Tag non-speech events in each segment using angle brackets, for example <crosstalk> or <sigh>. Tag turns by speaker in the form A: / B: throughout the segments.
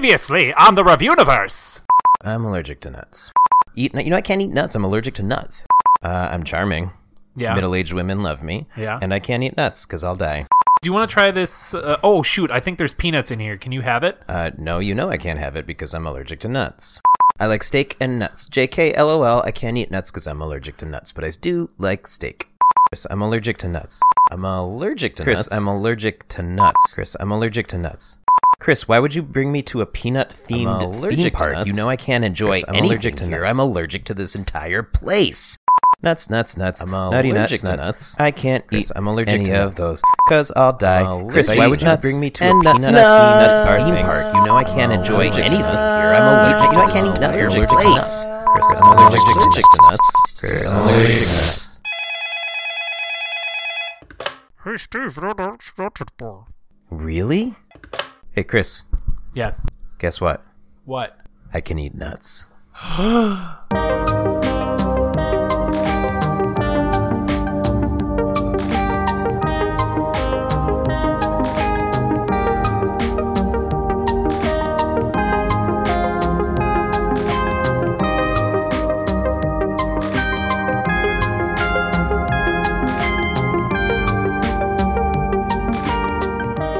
A: Previously on the Reviewniverse.
B: I'm allergic to nuts. Eat, you know, I can't eat nuts. I'm allergic to nuts. Uh, I'm charming.
A: Yeah.
B: Middle aged women love me.
A: Yeah.
B: And I can't eat nuts because I'll die.
A: Do you want to try this? Uh, oh shoot! I think there's peanuts in here. Can you have it?
B: Uh, no, you know I can't have it because I'm allergic to nuts. I like steak and nuts. JK, lol, I can't eat nuts because I'm allergic to nuts, but I do like steak. Chris, I'm allergic to nuts. I'm allergic to Chris,
C: nuts.
B: I'm allergic to nuts. Chris, I'm allergic to nuts. Chris, why would you bring me to a peanut
C: I'm
B: themed
C: allergic
B: theme
C: to
B: park? You
C: nuts.
B: know I can't enjoy
C: Chris, I'm
B: anything
C: allergic to
B: here.
C: nuts.
B: I'm allergic to this entire place. Nuts, nuts, nuts.
C: I'm
B: Nutty nuts,
C: allergic to
B: nuts.
C: nuts.
B: I can't
C: Chris,
B: eat.
C: I'm allergic
B: any
C: to
B: of
C: nuts.
B: those because I'll die.
C: I'm
B: Chris,
C: allergic
B: why
C: to
B: would you
C: nuts.
B: bring me to a
C: And
B: peanut
C: nuts,
B: theme
C: nuts,
B: park? Theme
C: nuts.
B: park? You know I can't
C: I'm
B: enjoy
C: Oh, allergic to
B: anything here.
C: nuts.
B: I'm allergic. You know I
C: I'm
B: can't eat nuts.
C: allergic
B: Allergic
C: to
B: to
C: nuts.
B: nuts. Chris,
C: I'm allergic to nuts.
B: Chris,
D: Hey Steve,
B: I'm allergic
C: I'm allergic to nuts.
D: you're the excited boy.
B: Really? Hey, Chris.
A: Yes.
B: Guess what?
A: What?
B: I can eat nuts.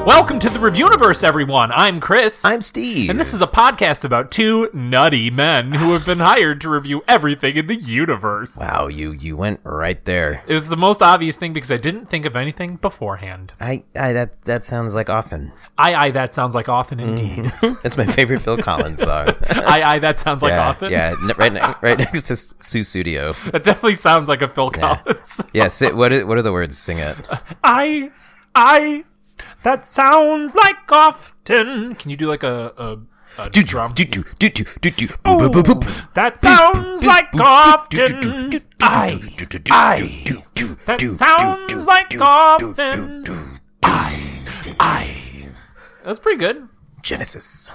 A: Welcome to the Reviewniverse, everyone. I'm Chris.
B: I'm Steve.
A: And this is a podcast about two nutty men who have been hired to review everything in the universe.
B: wow. You you went right there.
A: It was the most obvious thing because I didn't think of anything beforehand.
B: I, I that that sounds like
C: <laughs>
B: often.
A: Aye, aye, that sounds like often
B: Mm-hmm.
A: indeed.
B: That's my favorite Phil Collins song.
A: aye, aye, that sounds like
B: yeah,
A: often.
B: yeah, n- right, ne- <laughs> right next to S- Sue Studio.
A: That definitely sounds like a Phil Collins.
B: Yeah, sit, what are, what are the words? Sing it.
A: I, I, that sounds like often. Can you do like a, a, a drum?
B: do do do do do.
A: Ooh, that sounds like often. I, I, that sounds like often. I, I. That's pretty good. <laughs>
B: Genesis.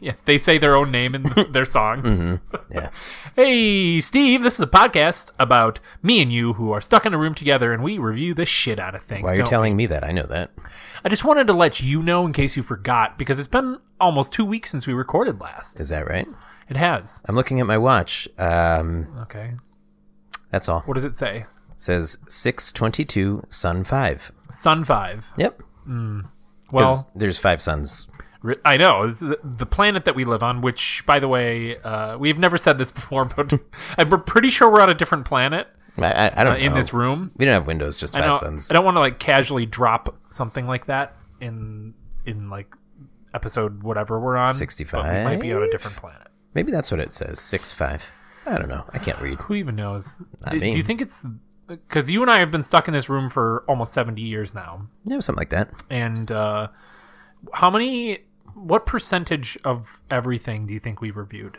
A: yeah, they say their own name
B: <laughs>
A: in th- their songs.
B: Mm-hmm. Yeah.
A: <laughs> Hey, Steve, this is a podcast about me and you who are stuck in a room together and we review the shit out of things.
B: Why are you
A: don't
B: telling me that? I know that.
A: I just wanted to let you know in case you forgot because it's been almost two weeks since we recorded last.
B: Is that right?
A: It has.
B: I'm looking at my watch. Um,
A: Okay.
B: that's all.
A: What does it say?
B: It says six twenty two sun five.
A: Sun 5.
B: Yep. Because
A: Well,
B: there's five suns.
A: ri- I know. This is the planet that we live on, which, by the way, uh, we've never said this <laughs> before, but and we're pretty sure we're on a different planet
B: I, I, I
A: uh,
B: don't
A: in
B: know.
A: this room.
B: We don't have windows, just
A: I
B: five
A: don't,
B: suns.
A: I don't want to like casually drop something like that in in like episode whatever we're on. but We might be on a
B: 65?
A: different planet.
B: Maybe that's what it says. Six five. I don't know. I can't read.
A: Who even knows?
B: Not
A: Do-
B: me.
A: Do you think it's because you and I have been stuck in this room for almost seventy years now?
B: Yeah, something like that.
A: And uh, how many? What percentage of everything do you think we reviewed?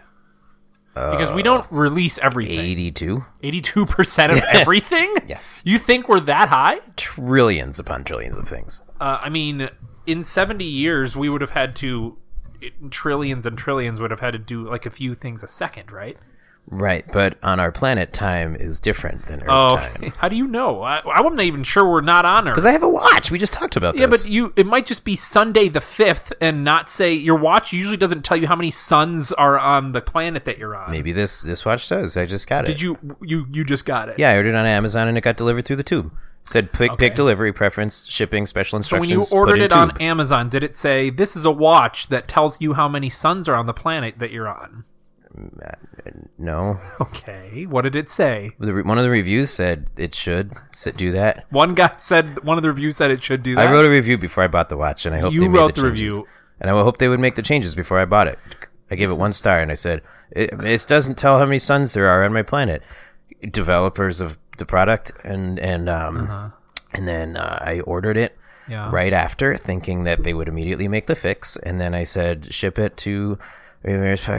A: Because we don't release everything.
B: Eighty two
A: Eighty-two percent of everything.
B: Uh, <laughs> Yeah.
A: You think we're that high?
B: trillions upon trillions of things.
A: Uh, I mean, in seventy years, we would have had to it- trillions and trillions would have had to do like a few things a second, right?
B: Right, but on our planet, time is different than Earth
A: Oh,
B: time.
A: how do you know? I, I'm not even sure we're not on Earth.
B: Because I have a watch. We just talked about
A: Yeah,
B: this.
A: but you it might just be Sunday the 5th and not say your watch usually doesn't tell you how many suns are on the planet that you're on.
B: maybe this this watch does. I just got it.
A: Did you you you just got it.
B: Yeah, I ordered it on Amazon and it got delivered through the tube. Said pick
A: Okay.
B: pick delivery preference shipping special
A: So
B: instructions.
A: when you
B: put
A: ordered
B: in
A: it on
B: tube.
A: Amazon, did it say this is a watch that tells you how many suns are on the planet that you're on? <laughs>
B: Uh, no,
A: Okay. What did it say?
B: The re- one of the reviews said it should sit, do that.
A: One guy said one of the reviews said it should do that.
B: I wrote a review before I bought the watch, and I hope
A: You
B: they made
A: wrote
B: the,
A: the
B: changes.
A: review.
B: and I hope they would make the changes before I bought it. I gave it one star, and I said it, it doesn't tell how many suns there are on my planet. Developers of the product, and and um, and then uh, I ordered it
A: Uh-huh. Yeah.
B: right after, thinking that they would immediately make the fix, and then I said ship it to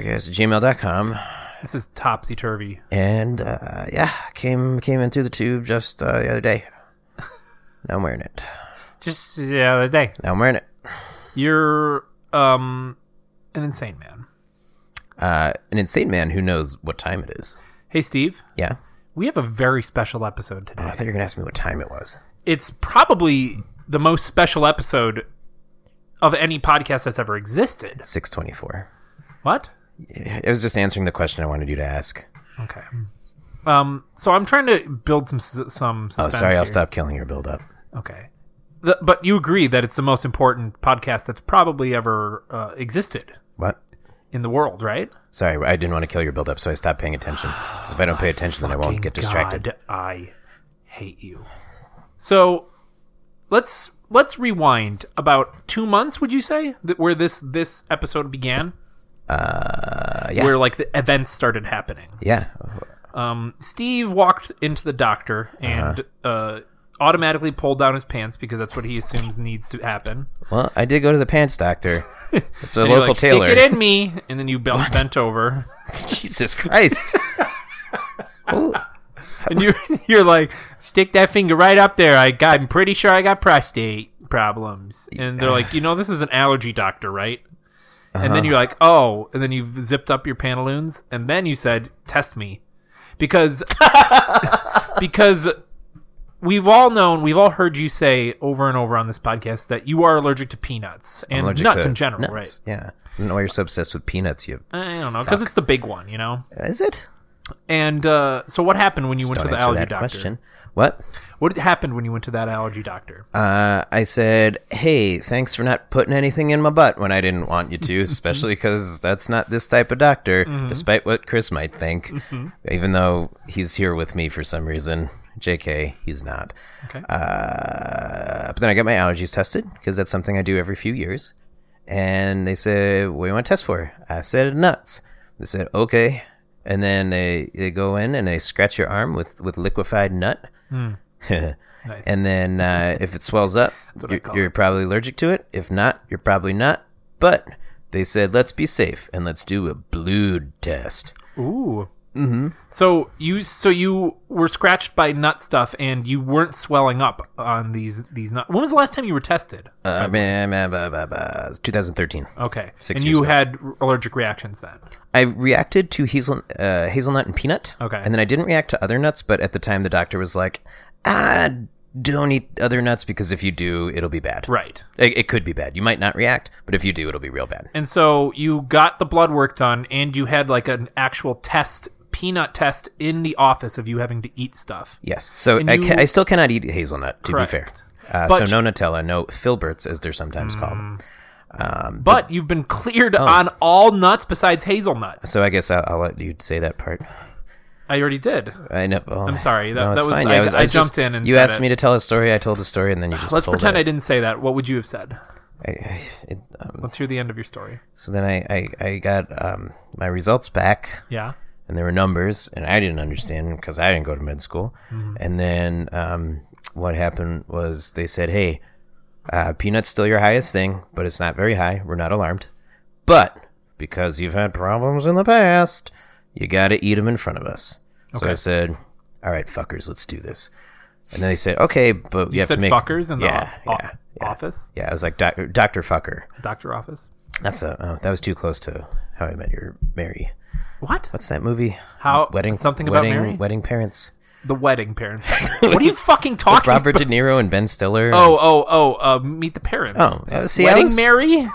B: gmail.com
A: this is topsy turvy.
B: and uh, yeah came came into the tube just uh, the
A: <laughs>
B: other day now i'm wearing it
A: Just the other day.
B: now i'm wearing it
A: You're um an insane man.
B: uh, an insane man who knows what time it is
A: Hey Steve,
B: yeah
A: we have a very special episode today.
B: Oh, I thought you were gonna ask me what time it was.
A: it's probably the most special episode of any podcast that's ever existed.
B: 624.
A: What?
B: It was just answering the question I wanted you to ask.
A: Okay. Um, so I'm trying to build some s- some.
B: Oh,
A: Suspense
B: sorry,
A: here.
B: I'll stop killing your build up.
A: Okay. The, but you agree that it's the most important podcast that's probably ever uh, existed
B: What?
A: in the world, right?
B: Sorry, I didn't want to kill your build up, so I stopped paying attention. 'Cause if I don't pay attention, then I won't get distracted.
A: God, I hate you. So let's let's rewind about two months. Would you say that where this this episode began,
B: Uh, yeah.
A: where like the events started happening?
B: yeah.
A: Um, Steve walked into the doctor
B: Uh-huh.
A: and uh automatically pulled down his pants because that's what he assumes needs to happen.
B: Well, I did go to the
A: <laughs>
B: pants doctor. It's a
A: And you're
B: local
A: like,
B: tailor.
A: Stick it in <laughs> me, and then you bent, bent over,
B: <laughs> Jesus Christ. oh,
A: and you you're <laughs> like, stick that finger right up there. I got, I'm pretty sure I got prostate problems, and they're like, you know, this is an allergy doctor, right?
B: Uh-huh.
A: And then you're like, oh, and then you've zipped up your pantaloons, and then you said, test me, because <laughs> because we've all known, we've all heard you say over and over on this podcast that you are allergic to peanuts and <laughs>
B: allergic
A: nuts
B: to
A: in general,
B: nuts.
A: right?
B: Yeah. I don't know why you're so obsessed with peanuts. You
A: I don't know because it's the big one, you know.
B: is it?
A: And uh, so, what happened when you went
B: Don't
A: to the
B: answer
A: allergy
B: that
A: doctor?
B: question. What?
A: What happened when you went to that allergy doctor?
B: Uh, I said, "Hey, thanks for not putting anything in my butt when I didn't want you to, especially because that's not this type of doctor." Despite what Chris might think, even though he's here with me for some reason, J.K. He's not.
A: Okay.
B: Uh, but then I got my allergies tested because that's something I do every few years, and they said, "What do you want to test for?" I said, "Nuts." They said, "Okay," and then they they go in and they scratch your arm with with liquefied nut.
A: Hmm.
B: <laughs>
A: nice.
B: And then uh, if it
A: <laughs>
B: swells up,
A: what I
B: you're,
A: call
B: you're probably allergic to it. If not, you're probably not. But they said, let's be safe and let's do a blood test.
A: Ooh. Mm-hmm. So you so you were scratched by nut stuff, and you weren't swelling up on these these nut. When was the last time you were tested?
B: Uh, bah, bah, bah, bah, bah. 2013.
A: Okay,
B: Six
A: and
B: years
A: you
B: ago.
A: had allergic reactions then.
B: I reacted to hazel, uh, hazelnut and peanut.
A: Okay.
B: And then I didn't react to other nuts, but at the time the doctor was like, ah, don't eat other nuts because if you do, it'll be bad.
A: Right.
B: It, it could be bad. You might not react, but if you do, it'll be real bad.
A: And so you got the blood work done, and you had like an actual test peanut test in the office of you having to eat stuff.
B: Yes. So
A: And
B: I,
A: you-
B: ca- I still cannot eat hazelnut, to
A: Correct.
B: be fair. Uh,
A: But- Hmm.
B: so no Nutella, no Filberts, as they're sometimes called. Mm-hmm.
A: But you've been cleared
B: Oh.
A: on all nuts besides hazelnut.
B: So I guess I'll, I'll let you say that part.
A: I already did.
B: I know. oh, I'm
A: sorry. That- that was- I- I jumped in and
B: you
A: said
B: asked
A: it.
B: me to tell a story. I told the story, and then
A: <sighs>
B: you just
A: Let's
B: told
A: pretend I
B: it.
A: didn't say that. What would you have said?
B: I, I, it, um,
A: Let's hear the end of your story.
B: so then I I, I got um, my results back.
A: Yeah.
B: and there were numbers, and I didn't understand because I didn't go to med school.
A: Mm-hmm.
B: And then um, what happened was they said, "Hey, uh, peanuts still your highest thing, but it's not very high. We're not alarmed, but because you've had problems in the past, you got to eat them in front of us." So I said, "All right, fuckers, let's do this." And then they said, "Okay, but you,
A: You
B: have
A: said
B: to make
A: fuckers in the
B: yeah,
A: o- o-
B: yeah,
A: office,
B: yeah." I was like, "Doc- "Doctor Fucker."
A: the doctor office.
B: That's a oh, that was too close to how I met your Mary.
A: What?
B: What's that movie?
A: How-
B: wedding
A: Something About
B: wedding,
A: Mary?
B: wedding parents.
A: The wedding
B: <laughs>
A: parents. what are you fucking talking about?
B: Robert De Niro and Ben Stiller.
A: Oh, oh, oh, uh, meet the parents.
B: Oh, uh, see, I
A: wedding
B: was- <laughs>
A: Mary?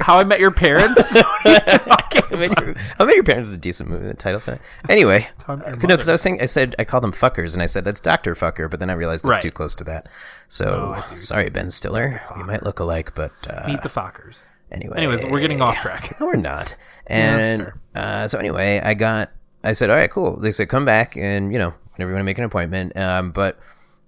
A: How I Met Your Parents? <laughs> What are you talking
B: I met, your, I met your parents is a decent movie. The title thing.
A: <laughs>
B: Anyway,
A: How I Met Your
B: no, because
A: Mother.
B: I was thinking I said I called them fuckers, and I said that's Doctor Fucker, but then I realized that's
A: Right. Oh,
B: too close to that. So sorry, Ben Stiller. You might look alike, but uh,
A: meet the Fockers.
B: anyway.
A: Anyways, we're getting off track.
B: <laughs> No, we're not. And uh, so anyway, I got. I said, all right, cool. They said, come back and you know whenever you want to make an appointment. Um, but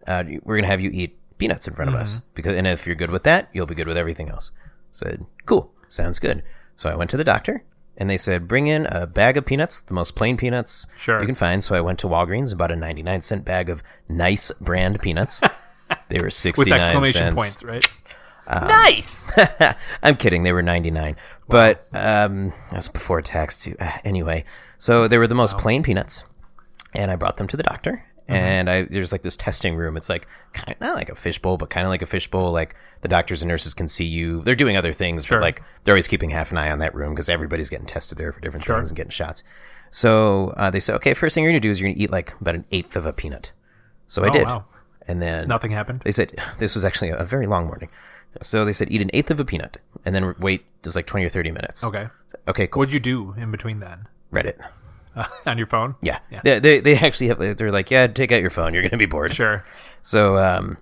B: uh, we're gonna have you eat peanuts in front of
A: Mm-hmm.
B: us because, and if you're good with that, you'll be good with everything else. said, cool, sounds good. So I went to the doctor. And they said, bring in a bag of peanuts, the most plain peanuts
A: Sure.
B: you can find. So I went to Walgreens and bought a 99 cent bag of nice brand
A: <laughs>
B: peanuts. they were 69
A: With exclamation
B: cents.
A: points, right? nice!
B: I'm kidding. They were 99, but um, that was before tax too. Uh, Anyway, so they were the most plain peanuts, and I brought them to the doctor.
A: Uh-huh.
B: And I there's like this testing room. It's like kind of not like a fishbowl, but kind of like a fishbowl. Like the doctors and nurses can see you. They're doing other things,
A: Sure.
B: but like they're always keeping half an eye on that room because everybody's getting tested there for different things and getting shots. So uh, they said, okay, first thing you're gonna do is you're gonna eat like about an eighth of a peanut. So I did,
A: Oh, wow.
B: and then
A: Nothing happened.
B: they said this was actually a very long morning. So they said eat an eighth of a peanut and then wait just like 20 or 30 minutes.
A: Okay.
B: Okay, cool.
A: What'd you do in between then? <laughs>
B: Reddit.
A: Uh, on your phone?
B: Yeah.
A: Yeah.
B: They, they, they actually have, they're like, yeah, take out your phone. You're going to be bored.
A: Sure.
B: So um,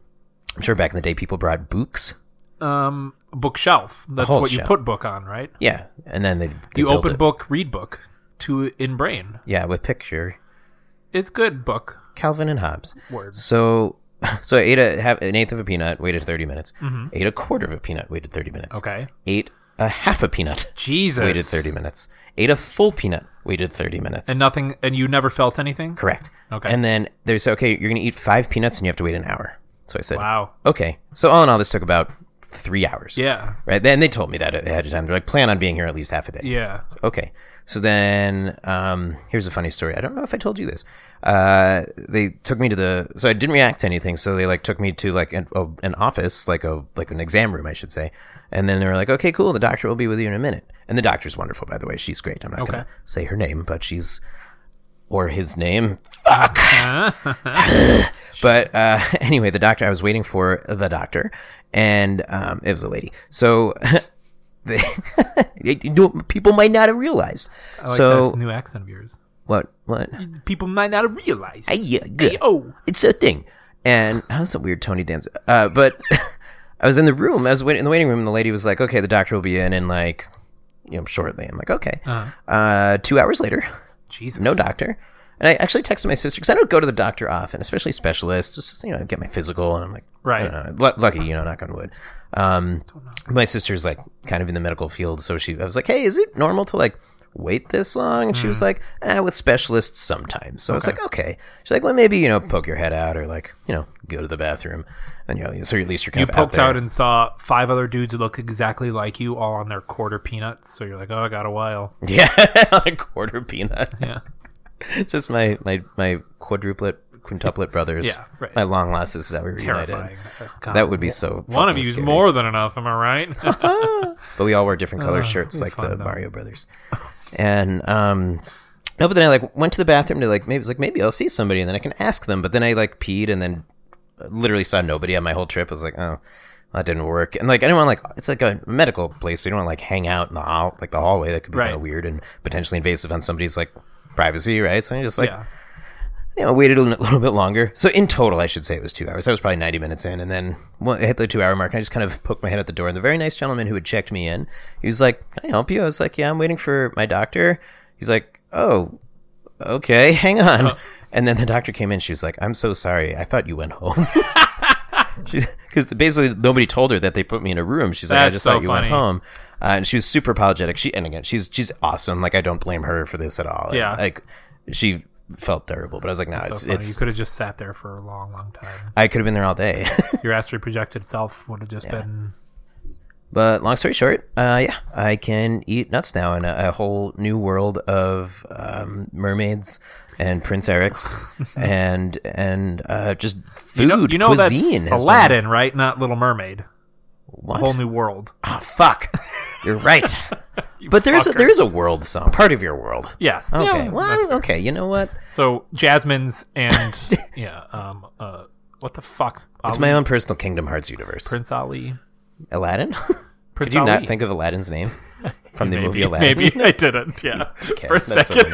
B: I'm sure back in the day people brought books.
A: Um, bookshelf. That's
B: whole
A: what you
B: shelf.
A: put book on, right?
B: Yeah. And then they, they
A: You
B: built
A: open
B: it.
A: book, read book to in brain.
B: Yeah, with picture.
A: It's good book.
B: Calvin and Hobbes.
A: Word.
B: So, <laughs> so I ate a half, an eighth of a peanut, waited thirty minutes. Ate a quarter of a peanut, waited thirty minutes.
A: Mm-hmm. Okay.
B: Ate a half a peanut, <laughs>
A: Jesus.
B: waited thirty minutes. Ate a full peanut, waited thirty minutes.
A: And nothing, and you never felt anything?
B: Correct.
A: Okay.
B: And then they said, okay, you're gonna eat five peanuts and you have to wait an hour. So I said,
A: Wow.
B: okay. So all in all, this took about three hours.
A: Yeah.
B: Right. Then they told me that ahead of time. They're like, plan on being here at least half a day.
A: Yeah.
B: Okay. So then, um, here's a funny story. I don't know if I told you this. Uh, they took me to the. So I didn't react to anything. So they like took me to like an, a, an office, like a like an exam room, I should say. And then they were like, "Okay, cool. The doctor will be with you in a minute." And the doctor's wonderful, by the way. She's great. I'm not
A: Okay.
B: gonna say her name, but she's or his name. <laughs> But uh, <laughs> anyway, the doctor. I was waiting for the doctor, and um, it was a lady. So. <laughs> They, <laughs> you know, people might not have realized.
A: I like
B: so
A: this new accent of yours.
B: what? What?
A: People might not have realized.
B: yeah, good.
A: oh.
B: It's a thing. And how's that weird Tony dance? Uh, but <laughs> I was in the room. I was wait- in the waiting room, and the lady was like, "Okay, the doctor will be in in like, you know, shortly." I'm like, "Okay." uh
A: Uh-huh.
B: two hours later,
A: Jesus.
B: no doctor. And I actually texted my sister because I don't go to the doctor often, especially specialists. Just you know, get my physical, and I'm like,
A: Right.
B: I don't know. Lu- lucky, you know, knock on wood. Um, my sister's like kind of in the medical field, so she. I was like, hey, is it normal to like wait this long? And she
A: Mm.
B: was like, eh, with specialists sometimes. So I was like, okay. She's like, well, maybe you know, poke your head out or like you know, go to the bathroom, and you know, so at least you're kind
A: You
B: of
A: poked
B: out,
A: out,
B: there.
A: and saw five other dudes who look exactly like you, all on their quarter peanuts. So you're like, oh, I got a while.
B: <laughs> yeah, on a quarter peanut. <laughs>
A: Yeah.
B: It's just my my my quadruplet quintuplet brothers.
A: Yeah, right.
B: My long lost sisters that we reunited.
A: Terrifying. God.
B: That would be so.
A: One of
B: fucking
A: you's
B: scary.
A: more than enough, am I
B: <laughs>
A: right?
B: but we all wear different color shirts,
A: it'd be
B: like
A: fun,
B: the
A: though. <laughs>
B: Mario Brothers. And um, no, but then I like went to the bathroom to like maybe it's like maybe I'll see somebody and then I can ask them. But then I like peed and then literally saw nobody on my whole trip. I was like, oh, that didn't work. And like I don't want like it's like a medical place, so you don't want like hang out in the hall like the hallway. That could be
A: Right.
B: kind of weird and potentially invasive on somebody's like privacy, right? So I just like
A: yeah.
B: you know, waited a little <laughs> little bit longer. So in total, I should say it was two hours. I was probably 90 minutes in. And then well, I hit the two hour mark and I just kind of poked my head out the door. And the very nice gentleman who had checked me in, he was like, can I help you? I was like, yeah, I'm waiting for my doctor. He's like, oh, okay, <laughs> hang on.
A: Uh.
B: And then the doctor came in. She was like, I'm so sorry. I thought you went home. <laughs> Because basically nobody told her that they put me in a room. She's like, I
A: That's
B: just
A: so
B: thought you
A: funny.
B: went home. Uh, and she was super apologetic. She and again, she's she's awesome. Like I don't blame her for this at all.
A: Yeah.
B: like she felt terrible, but I was like, no,
A: So
B: it's
A: funny.
B: it's
A: you could have just sat there for a long, long time.
B: I could have been there all day. <laughs>
A: Your astro projected self would have just been.
B: but long story short, uh, yeah, I can eat nuts now in a, a whole new world of um, mermaids and
A: <laughs>
B: Prince Eric's and and uh, just food.
A: You know, you know that's
B: cuisine has
A: Aladdin, right? Not Little Mermaid.
B: Been, what?
A: A whole new world.
B: Ah, fuck.
A: <laughs>
B: You're right. but there's a,
A: fucker.
B: there is a world song, part of your world.
A: Yes.
B: Okay.
A: Yeah, Oh, that's
B: well, okay. You know what?
A: So Jasmine's
B: <laughs>
A: and yeah, um, uh, what the fuck?
B: It's
A: Ali-
B: my own personal Kingdom Hearts universe.
A: Prince Ali.
B: Aladdin?
A: Prince
B: Did you
A: Ali.
B: not think of
A: <laughs>
B: Aladdin's name from the
A: maybe,
B: movie Aladdin? <laughs>
A: Maybe I didn't. Yeah,
B: Okay,
A: for a
B: that's so
A: second.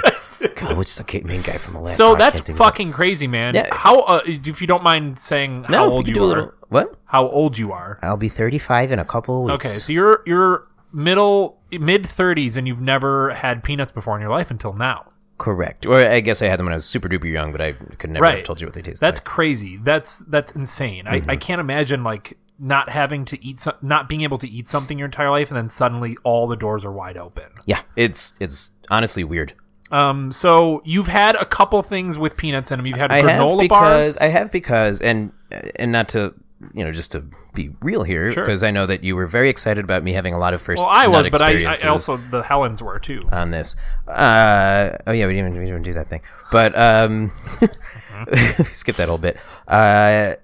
A: <laughs>
B: weird. God, which is oh, the main guy from Aladdin?
A: So
B: Oh, I
A: that's
B: can't think of it.
A: fucking crazy, man.
B: Yeah.
A: How uh, if you don't mind saying how old
B: we
A: you
B: can
A: are?
B: do a little- What?
A: How old you are?
B: I'll be 35 in a couple weeks.
A: Okay, so you're you're middle mid thirties and you've never had peanuts before in your life until now.
B: Correct. Or I guess I had them when I was super duper young, but I could never
A: Right.
B: have told you what they tasted
A: That's crazy. That's that's insane. I,
B: Mm-hmm.
A: I can't imagine like not having to eat so- not being able to eat something your entire life and then suddenly all the doors are wide open.
B: like. Yeah, it's it's honestly weird.
A: Um so you've had a couple things with peanuts in them. You've had
B: I have
A: granola
B: because
A: bars.
B: I have because and and not to you know just to be real here
A: Sure.
B: because I know that you were very excited about me having a lot of first
A: well, I
B: nut
A: was, but I, I
B: experiences
A: also the Helens were too.
B: on this. Uh, oh yeah, we didn't, even- we didn't even do that thing, but um, <laughs> skip that whole bit. Uh,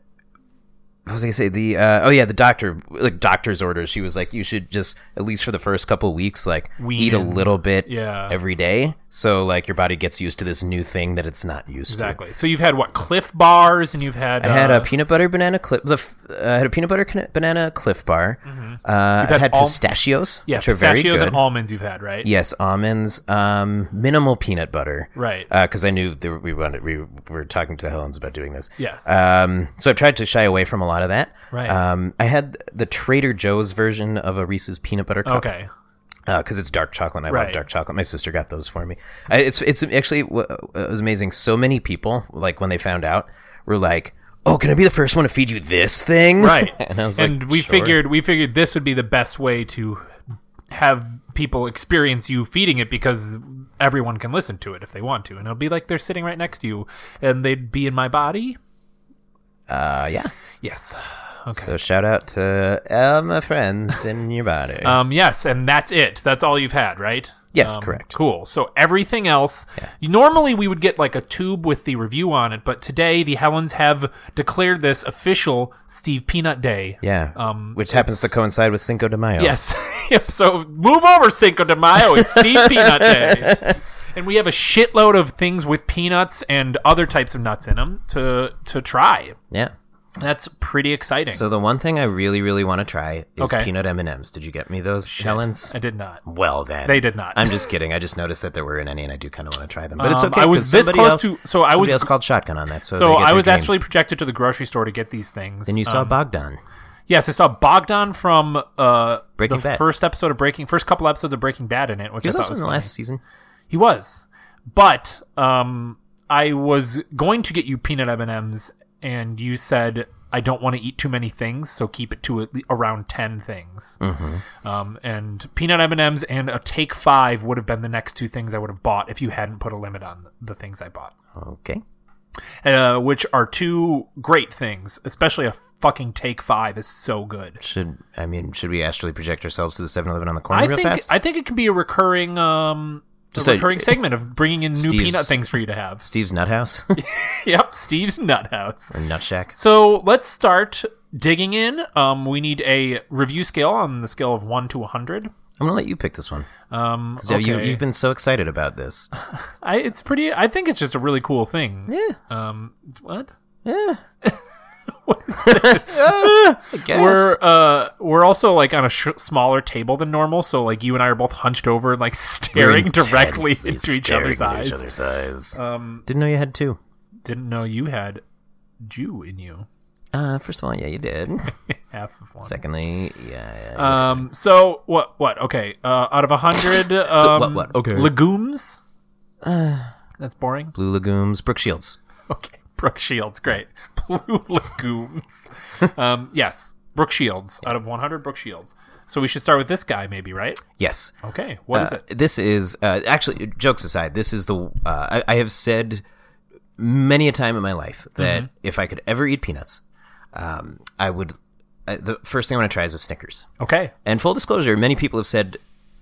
B: what was I gonna say? The uh, oh yeah, the doctor like doctor's orders. She was like, you should just at least for the first couple weeks, like
A: Wean
B: eat a
A: in.
B: little bit
A: Yeah.
B: every day, So like your body gets used to this new thing that it's not used to.
A: Exactly. So you've had what Cliff Bars, and you've had
B: I had a
A: uh,
B: peanut butter banana clip. The f- uh, I had a peanut butter cana- banana Cliff bar. Uh,
A: Mm-hmm. had
B: I had
A: al-
B: pistachios,
A: yeah
B: which are very
A: pistachios
B: good.
A: and almonds. You've had right.
B: yes, almonds. Um, minimal peanut butter.
A: Right.
B: Because I knew that we wanted. We were talking to the Helens about doing this.
A: Yes.
B: Um, so I've tried to shy away from a lot of that.
A: Right.
B: Um, I had the Trader Joe's version of a Reese's peanut butter cup.
A: okay.
B: because it's dark chocolate. and I
A: Right.
B: love dark chocolate. My sister got those for me. I, it's it's actually w- it was amazing. So many people like when they found out were like, "Oh, can I be the first one to feed you this thing?"
A: Right.
B: <laughs> and I was
A: and
B: like,
A: we
B: "Sure."
A: figured we figured this would be the best way to have people experience you feeding it because everyone can listen to it if they want to and it'll be like they're sitting right next to you and they'd be in my body
B: Uh, yeah.
A: yes
B: So shout out to all my friends in your body.
A: <laughs> um yes and that's it that's all you've had right
B: Yes,
A: Um,
B: correct.
A: cool so everything else normally we would get like a tube with the review on it but today the helens have declared this official steve peanut day
B: yeah.
A: um,
B: Which happens
A: it's-
B: to coincide with Cinco de Mayo.
A: Yes. <laughs> Yep, so move over Cinco de Mayo. It's Steve
B: <laughs>
A: Peanut Day. And we have a shitload of things with peanuts and other types of nuts in them to to try.
B: Yeah.
A: That's pretty exciting.
B: So the one thing I really, really want to try is
A: Okay.
B: peanut M and M's. Did you get me those, Helens?
A: I did not.
B: Well, then
A: They did not.
B: I'm just kidding. I just noticed that there were in any, and I do kind of want to try them. But it's
A: Um,
B: okay.
A: I was
B: 'cause
A: this
B: somebody
A: close
B: else-
A: to- so I
B: somebody
A: was-
B: else called shotgun on that. So,
A: So
B: they get
A: I
B: their
A: was
B: game.
A: actually projected to the grocery store to get these things.
B: And you saw
A: Um,
B: Bogdan.
A: Yes, I saw Bogdan from uh,
B: Breaking
A: the
B: Bad.
A: first episode of Breaking, first couple episodes of Breaking Bad in it, which
B: He was
A: I thought
B: also
A: was
B: in the
A: funny.
B: last season.
A: He was, but um, I was going to get you peanut M and M's, and you said I don't want to eat too many things, so keep it to at le- around ten things.
B: Mm-hmm.
A: Um, and peanut M and M's and a take five would have been the next two things I would have bought if you hadn't put a limit on the things I bought,
B: Okay.
A: uh, which are two great things. Especially a fucking take five is so good.
B: Should I mean? Should we astrally project ourselves to the 7-Eleven on the corner
A: I
B: real
A: think
B: fast?
A: I think it can be a recurring um.
B: Just
A: a
B: a-
A: recurring segment of bringing in new
B: Steve's-
A: peanut things for you to have.
B: Steve's nut
A: <laughs>
B: house
A: Yep, Steve's nut house.
B: and nut shack.
A: So let's start digging in. Um, we need a review scale on the scale of one to 100.
B: I'm gonna let you pick this one.
A: Um,
B: So you,
A: okay.
B: you've been so excited about this.
A: I, it's pretty. I think it's just a really cool thing.
B: Yeah.
A: Um, what?
B: Yeah.
A: <laughs> What is that?
B: <laughs> I guess.
A: we're uh, we're also like on a sh- smaller table than normal, so like you and I are both hunched over, and like <laughs> staring directly
B: intensely
A: into each
B: staring
A: other's
B: into
A: eyes.
B: Each other's eyes.
A: Um,
B: Didn't know you had two.
A: didn't know you had Jew in you. <laughs>
B: Uh, first of all, yeah, you did.
A: Half of one.
B: Secondly, yeah. yeah.
A: Um. So what? What? Okay. Uh, out of a
B: <laughs>
A: hundred. Um,
B: what- what? Okay.
A: Legumes. That's boring. <laughs>
B: Blue legumes, Brooke Shields.
A: Okay. Brooke Shields. Great. <laughs> Blue
B: <laughs>
A: legumes. um. Yes. Brooke Shields. Out of one hundred, Brooke Shields. So we should start with this guy, maybe, right?
B: Yes.
A: Okay. What is
B: Uh,
A: it?
B: This is uh, actually jokes aside. This is the uh, I, I have said many a time in my life that
A: Mm-hmm.
B: if I could ever eat peanuts, um, I would. Uh, the first thing I want to try is a Snickers.
A: Okay.
B: And full disclosure, many people have said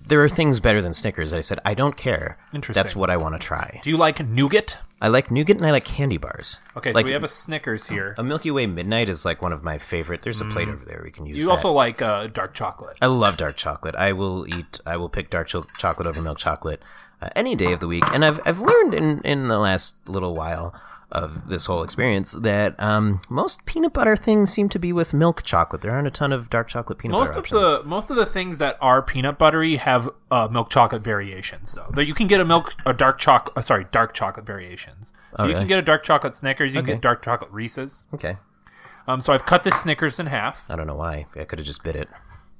B: there are things better than Snickers. I said I don't care.
A: Interesting.
B: That's what I want to try.
A: Do you like nougat?
B: I like nougat and I like candy bars.
A: Okay.
B: Like,
A: so we have a Snickers here.
B: a Milky Way Midnight is like one of my favorite. There's a plate over there we can use.
A: Mm. you
B: that.
A: also like uh, dark chocolate.
B: I love dark chocolate. I will eat. I will pick dark cho- chocolate over milk chocolate uh, any day of the week. And I've I've learned in in the last little while of this whole experience that um, most peanut butter things seem to be with milk chocolate. There aren't a ton of dark chocolate peanut
A: Most
B: butter
A: of
B: options.
A: the most of the things that are peanut buttery have uh, milk chocolate variations, though. Though you can get a milk a dark chocolate, uh, sorry, dark chocolate variations. So you
B: really?
A: can get a dark chocolate Snickers, you can
B: Okay.
A: get dark chocolate Reese's.
B: okay,
A: Um, so I've cut this Snickers in half.
B: I don't know why I could have just bit it.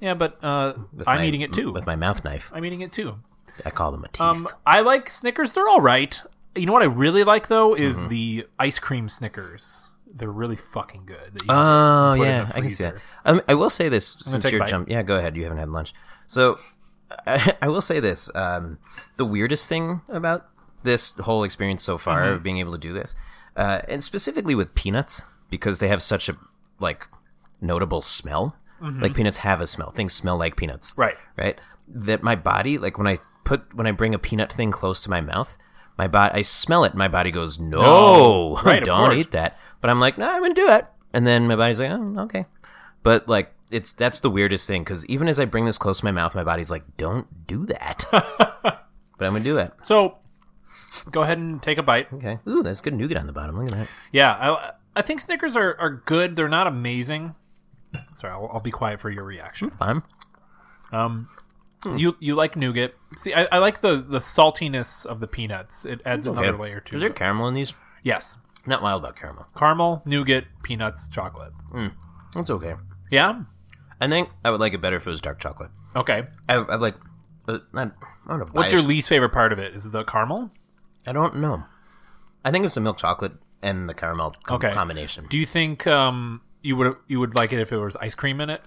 A: Yeah, but uh,
B: with
A: I'm
B: my-
A: eating it too.
B: with my mouth knife.
A: I'm eating it too.
B: I call them a teeth.
A: Um, I like Snickers. They're all right. You know what I really like though is
B: Mm-hmm.
A: the ice cream Snickers. They're really fucking good. that you can
B: Oh
A: put it in
B: yeah,
A: the
B: I can see that.
A: freezer.
B: Um, I will say this since
A: take a
B: you're
A: bite.
B: jump. Yeah, go ahead. You haven't had lunch, so <laughs> I, I will say this. Um, the weirdest thing about this whole experience so far
A: Mm-hmm.
B: of being able to do this, uh, and specifically with peanuts because they have such a like notable smell. Like peanuts have a smell. Things smell like peanuts.
A: Mm-hmm. Right.
B: Right. That my body like when I put when I bring a peanut thing close to my mouth. My body, I smell it. and My body goes, no,
A: Right, of
B: don't
A: course.
B: eat that. But I'm like, no, I'm gonna do it. And then my body's like, oh, okay. But like, it's that's the weirdest thing because
A: <laughs>
B: even as I bring this close to my mouth, my body's like, don't do that. but I'm gonna do it.
A: So Go ahead and take a bite.
B: Okay. Ooh, that's good nougat on the bottom. Look at that.
A: Yeah, I, I think Snickers are, are good. They're not amazing. Sorry, I'll, I'll be quiet for your reaction.
B: Fine.
A: Um,
B: Hmm.
A: you you like nougat? See, I, I like the the saltiness of the peanuts. It adds another
B: Okay.
A: layer to
B: Is there
A: it.
B: caramel in these?
A: Yes,
B: Not wild about caramel.
A: caramel, nougat, peanuts, chocolate.
B: That's okay.
A: Yeah.
B: I think I would like it better if it was dark chocolate.
A: Okay.
B: I, I like. Uh, not, I don't know.
A: What's your
B: biased.
A: least favorite part of it? Is it the caramel?
B: I don't know. I think it's the milk chocolate and the caramel com-
A: Okay.
B: combination.
A: Do you think um you would you would like it if it was ice cream in it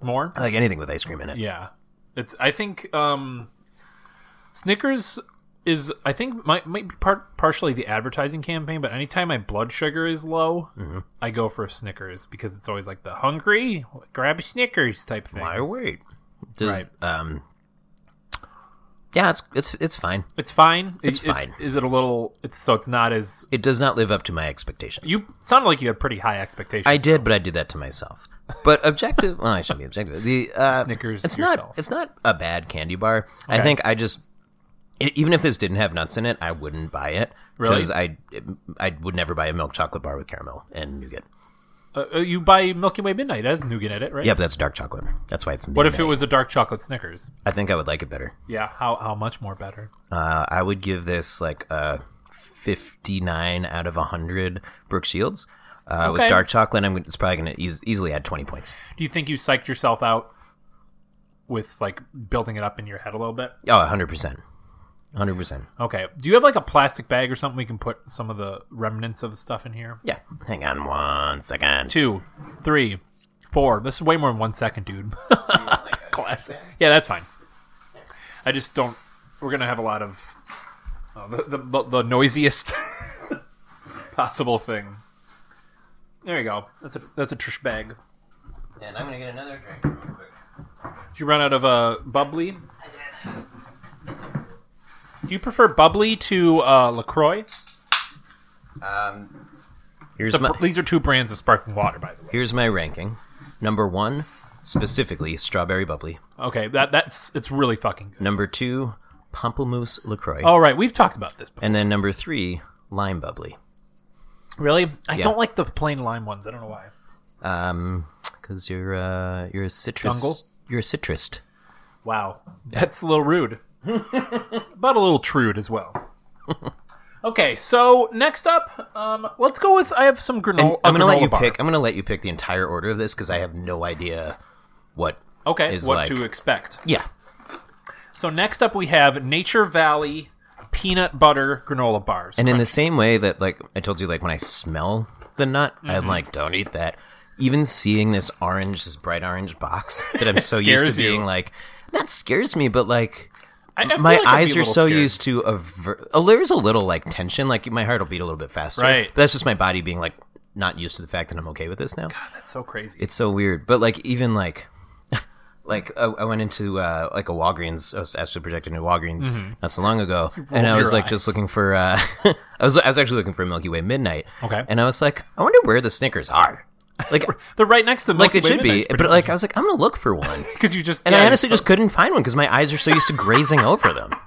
A: more?
B: I like anything with ice cream in it.
A: Yeah. It's I think um Snickers is I think might might be part partially the advertising campaign, but anytime my blood sugar is low,
B: Mm-hmm.
A: I go for Snickers because it's always like the hungry grab a Snickers type thing.
B: Why wait? Does,
A: Right.
B: Um. Yeah, it's it's it's fine.
A: It's fine.
B: It's
A: It-
B: fine.
A: Is it a little? It's so it's not as
B: It does not live up to my expectations.
A: you sounded like you had pretty high expectations.
B: I did, but I did that to myself. But objective, well, I shouldn't be objective. The uh,
A: Snickers
B: It's
A: yourself.
B: not. It's not a bad candy bar. I
A: Okay.
B: think I just. e- Even if this didn't have nuts in it, I wouldn't buy it
A: Really?
B: because I, I would never buy a milk chocolate bar with caramel and nougat.
A: Uh, uh, you buy Milky Way Midnight it has nougat in it, right?
B: Yeah, but that's dark chocolate. That's why it's.
A: What if it was a dark chocolate Snickers?
B: I think I would like it better.
A: Yeah. How how much more better?
B: Uh, I would give this like a 59 out of 100 Brooke Shields. Uh,
A: Okay.
B: With dark chocolate, I'm gonna, it's probably going to eas easily add 20 points.
A: Do you think you psyched yourself out with like building it up in your head a little bit?
B: Oh, 100%. 100%.
A: Okay. Do you have like a plastic bag or something we can put some of the remnants of the stuff in here?
B: Yeah. Hang on one second.
A: Two, three, four. This is way more than one second, dude. <laughs> Classic. Yeah, that's fine. I just don't. We're gonna have a lot of uh, the, the the the noisiest <laughs> possible thing. There you go. That's a that's a trash bag.
B: And I'm going to get another drink real quick.
A: Did you run out of uh, bubbly? Do you prefer bubbly to uh, Lacroix?
B: Um, here's,
A: The-
B: my,
A: these are two brands of sparkling water, by the way.
B: here's my ranking. Number one, specifically, strawberry bubbly.
A: Okay, that that's it's really fucking good.
B: Number two, pamplemousse LaCroix.
A: All right, we've talked about this. Before.
B: And then number three, lime bubbly.
A: Really, I
B: Yeah.
A: don't like the plain lime ones. I don't know why.
B: Um, because you're uh you're a citrus.
A: Dungle?
B: You're a citrist.
A: Wow, that's a little
B: <laughs>
A: rude, but a little trude as well. Okay, so next up, um, let's go with I have some granola.
B: I'm gonna
A: a
B: let
A: granola
B: you
A: bar.
B: pick. I'm gonna let you pick the entire order of this because I have no idea what.
A: Okay,
B: is
A: what
B: like-
A: to expect?
B: Yeah,
A: So next up, we have Nature Valley peanut butter granola bars.
B: and in the same way that like I told you, like when I smell the nut,
A: Mm-hmm.
B: I'm like, don't eat that. Even seeing this orange, this bright orange box <laughs> that I'm so used
A: scares
B: to
A: you.
B: being like, that scares me. But like,
A: I- I feel
B: my
A: like I'd be
B: eyes
A: a
B: are
A: little
B: so
A: scared.
B: used to a, ver- a there's a little like tension like my heart will beat a little bit faster
A: Right.
B: but that's just my body being like not used to the fact that i'm okay with this now
A: That's so crazy.
B: it's so weird but like even like <laughs> like I i went into uh like a walgreens i was actually projected into walgreens not so long ago and i
A: Mm-hmm. rolled
B: was
A: your
B: like
A: eyes.
B: just looking for uh <laughs> i was i was actually looking for milky way midnight
A: Okay.
B: and i was like i wonder where the snickers
A: <laughs>
B: are like
A: They're right next to
B: like
A: Milky
B: they should be but like i was like i'm gonna look
A: <laughs>
B: for one
A: because you just
B: and
A: yeah,
B: I honestly
A: so-
B: just couldn't find one because my eyes are so used to grazing over them.
A: <laughs>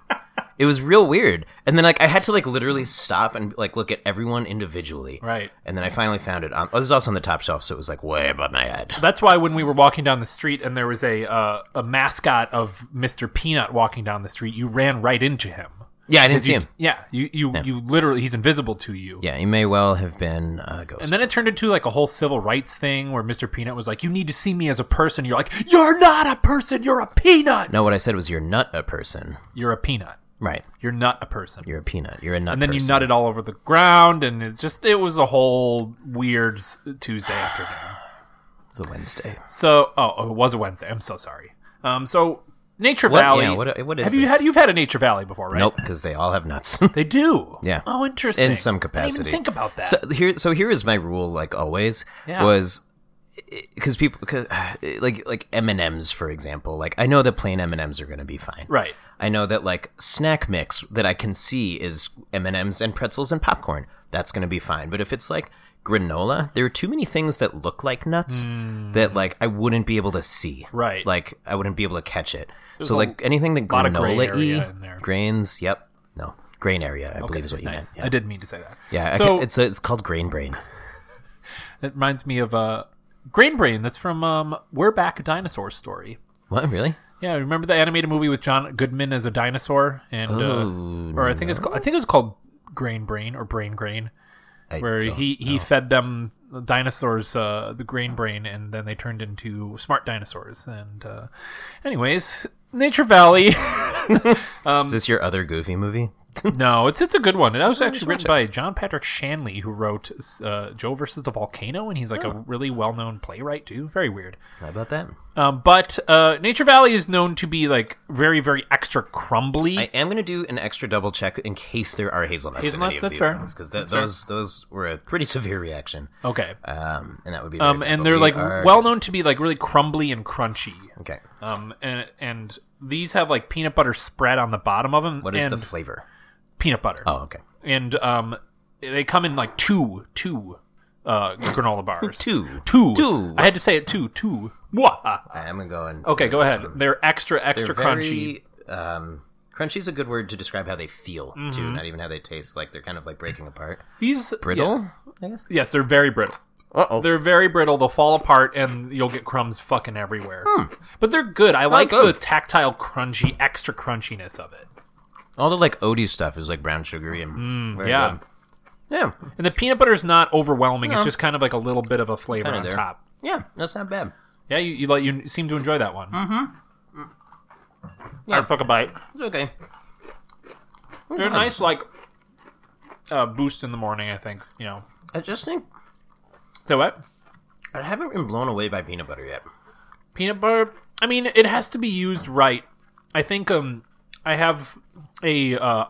B: It was real weird. And then like I had to like literally stop and like look at everyone individually.
A: Right.
B: And then I finally found it. On, oh, it was also on the top shelf, so it was like way above my head.
A: That's why when we were walking down the street and there was a uh, a mascot of Mr. Peanut walking down the street, you ran right into him.
B: Yeah, I didn't see
A: You-
B: him.
A: Yeah, you you you literally he's invisible to you.
B: Yeah, he may well have been a ghost.
A: And then it turned into like a whole civil rights thing where Mr. Peanut was like, "You need to see me as a person." You're like, "You're not a person. You're a peanut.
B: no, what I said was you're not a person.
A: You're a peanut.
B: Right.
A: You're not a person."
B: You're a peanut. You're a nut.
A: and then
B: person.
A: you nutted all over the ground, and it's just it was a whole weird s- Tuesday afternoon.
B: It's a Wednesday.
A: So, oh, it was a Wednesday. I'm so sorry. Um, so Nature
B: What?
A: Valley.
B: Yeah, what- uh, what is
A: have you
B: this?
A: had? You've had a Nature Valley before, right?
B: Nope, because they all
A: <laughs>
B: have nuts.
A: They do.
B: Yeah.
A: Oh, interesting.
B: in some
A: I didn't
B: capacity.
A: even think about that.
B: So here, so here is my rule, like always,
A: Yeah.
B: was because people, cause, <sighs> like like M and M's, for example. Like I know that plain M and M's are going to be fine.
A: right.
B: I know that like snack mix that I can see is M and M's and pretzels and popcorn. That's going to be fine. But if it's like granola, there are too many things that look like nuts that like I wouldn't be able to see.
A: Mm. Right.
B: Like I wouldn't be able to catch it.
A: a
B: so like anything that
A: lot of gray
B: granola
A: area
B: y
A: in there.
B: grains. Yep. No. grain area, I believe is what you
A: nice. I
B: meant.
A: did mean to say that.
B: Yeah, yeah I
A: So-
B: can- it's it's called grain brain.
A: It reminds me of uh, Grain Brain. That's from um, We're Back, a Dinosaur Story.
B: What really?
A: Yeah, remember the animated movie with John Goodman as a dinosaur, and
B: Ooh,
A: uh, or I think it's called, I think it was called Grain Brain or Brain Grain,
B: I
A: where
B: don't-
A: he he fed them dinosaurs uh, the grain brain, and then they turned into smart dinosaurs. And uh, anyways, Nature Valley. <laughs>
B: is this your other goofy movie?
A: no, it's it's a good one. And that was actually written by John Patrick Shanley, who wrote uh, Joe versus the Volcano, and he's like a really well known playwright too. Very weird.
B: How about that?
A: Um, but uh, Nature Valley is known to be like very very extra crumbly.
B: I am gonna do an extra double check in case there are hazelnuts.
A: Hazelnuts,
B: in any of
A: that's
B: these
A: fair.
B: because
A: That's fair.
B: those those were a pretty <laughs> severe reaction.
A: okay.
B: Um, and that would be.
A: Um,
B: very bad,
A: and
B: but
A: they're
B: we
A: like
B: are-
A: well known to be like really crumbly and crunchy.
B: Okay,
A: Um, and and these have like peanut butter spread on the bottom of them.
B: what is
A: and
B: the flavor?
A: peanut butter?
B: Oh, okay.
A: And um, they come in like two two uh granola bars.
B: <laughs> Two.
A: two
B: Two.
A: I had to say it two two. Mwah.
B: I am gonna go and
A: Okay, go ahead. They're extra
B: They're
A: extra crunchy.
B: very, Um, crunchy is a good word to describe how they feel
A: Mm-hmm.
B: too, not even how they taste. Like they're kind of like breaking apart.
A: These
B: Brittle,
A: Yes.
B: I guess.
A: Yes, they're very brittle.
B: Uh-oh.
A: They're very brittle. They'll fall apart, and you'll get crumbs fucking everywhere. But they're good. I like
B: Hmm. Oh, good.
A: the tactile, crunchy, extra crunchiness of it.
B: All the like Odie stuff is like brown sugary and very
A: Mm, yeah.
B: good. yeah,
A: And the peanut butter is not overwhelming. It's just kind of like a little bit of a flavor
B: Kinda
A: on
B: there.
A: top.
B: yeah. That's not bad.
A: Yeah, you, you like you seem to enjoy that one. Mm-hmm. Yeah, took a bite.
B: It's okay.
A: They're a nice like uh, boost in the morning. I think you know.
B: I just think
A: So what?
B: I haven't been blown away by peanut butter yet.
A: peanut butter i mean it has to be used right i think um i have a uh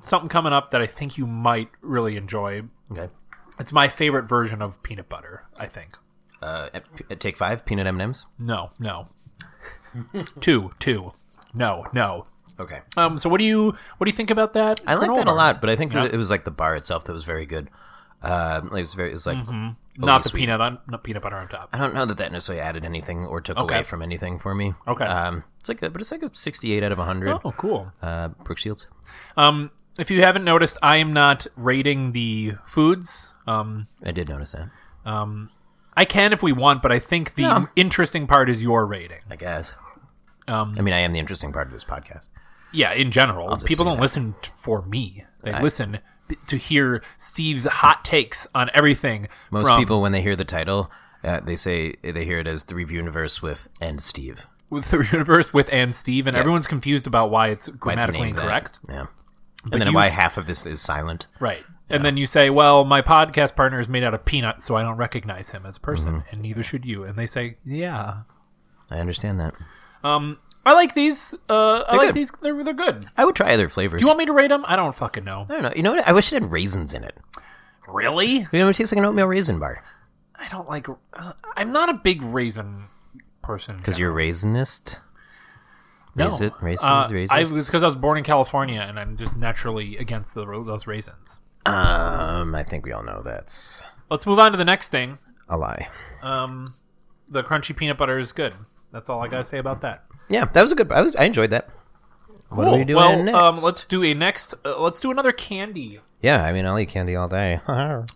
A: something coming up that i think you might really enjoy
B: Okay.
A: it's my favorite version of peanut butter i think
B: Uh, at, at take five peanut M Ms.
A: no no <laughs> two two no no
B: Okay.
A: um so what do you what do you think about that
B: I liked
A: granola
B: that a
A: bar?
B: lot, but I think it was like the bar itself that was very good. Um, it was very, it was like
A: Mm-hmm. not the
B: sweet.
A: peanut on not peanut butter on top
B: I don't know that that necessarily added anything or took
A: Okay.
B: away from anything for me.
A: Okay.
B: Um, it's like, a, but it's like a sixty-eight out of hundred.
A: oh cool
B: Uh, Brooke Shields.
A: um if you haven't noticed i am not rating the foods um
B: I did notice that.
A: i can if we want but i think the
B: Yeah.
A: interesting part is your rating
B: I guess. Um, I mean, I am the interesting part of this podcast.
A: Yeah, in general,
B: just
A: people
B: say
A: don't
B: that.
A: listen t- for me. They listen b- to hear Steve's hot takes on everything.
B: Most
A: from-
B: people, when they hear the title, uh, they say they hear it as the review universe with and Steve.
A: with the <laughs> universe with and Steve, and everyone's confused about why it's
B: Why it's
A: grammatically
B: named that.
A: incorrect.
B: Yeah. And then
A: you
B: why
A: s-
B: half of this is silent.
A: Right. And then you say, "Well, my podcast partner is made out of peanuts, so I don't recognize him as a person,
B: Mm-hmm.
A: and neither should you." And they say, "Yeah,
B: I understand that.
A: I like these. Uh, I like
B: good.
A: these. They're they're good.
B: I would try other flavors.
A: You want me to rate them? I don't fucking know.
B: I don't know. You know what? I wish it had raisins in it.
A: Really?
B: You know, it tastes like an oatmeal raisin bar.
A: I don't like. Uh, I'm not a big raisin person.
B: Because you're a raisinist.
A: No,
B: Is it raisins?
A: Uh,
B: raisins?
A: I was because I was born in California, and I'm just naturally against the, those raisins.
B: um, I think we all know that's
A: Let's move on to the next thing.
B: a lie.
A: Um, the crunchy peanut butter is good. That's all I gotta say about that.
B: Yeah, that was a good. I was. I enjoyed that. What are we doing
A: well,
B: next?
A: Um, let's do a next. Uh, let's do another candy.
B: yeah, I mean, I'll eat candy all day. <laughs>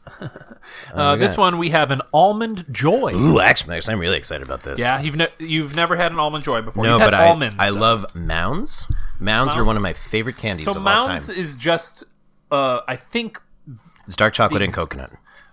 A: Uh, this
B: got?
A: one we have an almond joy.
B: Ooh, actually, I'm really excited about this.
A: Yeah, you've ne- you've never had an almond joy before.
B: No,
A: you've had
B: but I,
A: almonds.
B: I
A: though.
B: love mounds. Mounds are one of
A: Mounds?
B: my favorite candies
A: so
B: of
A: mounds
B: all time.
A: is just. Uh, I think.
B: It's dark chocolate
A: these-
B: and coconut.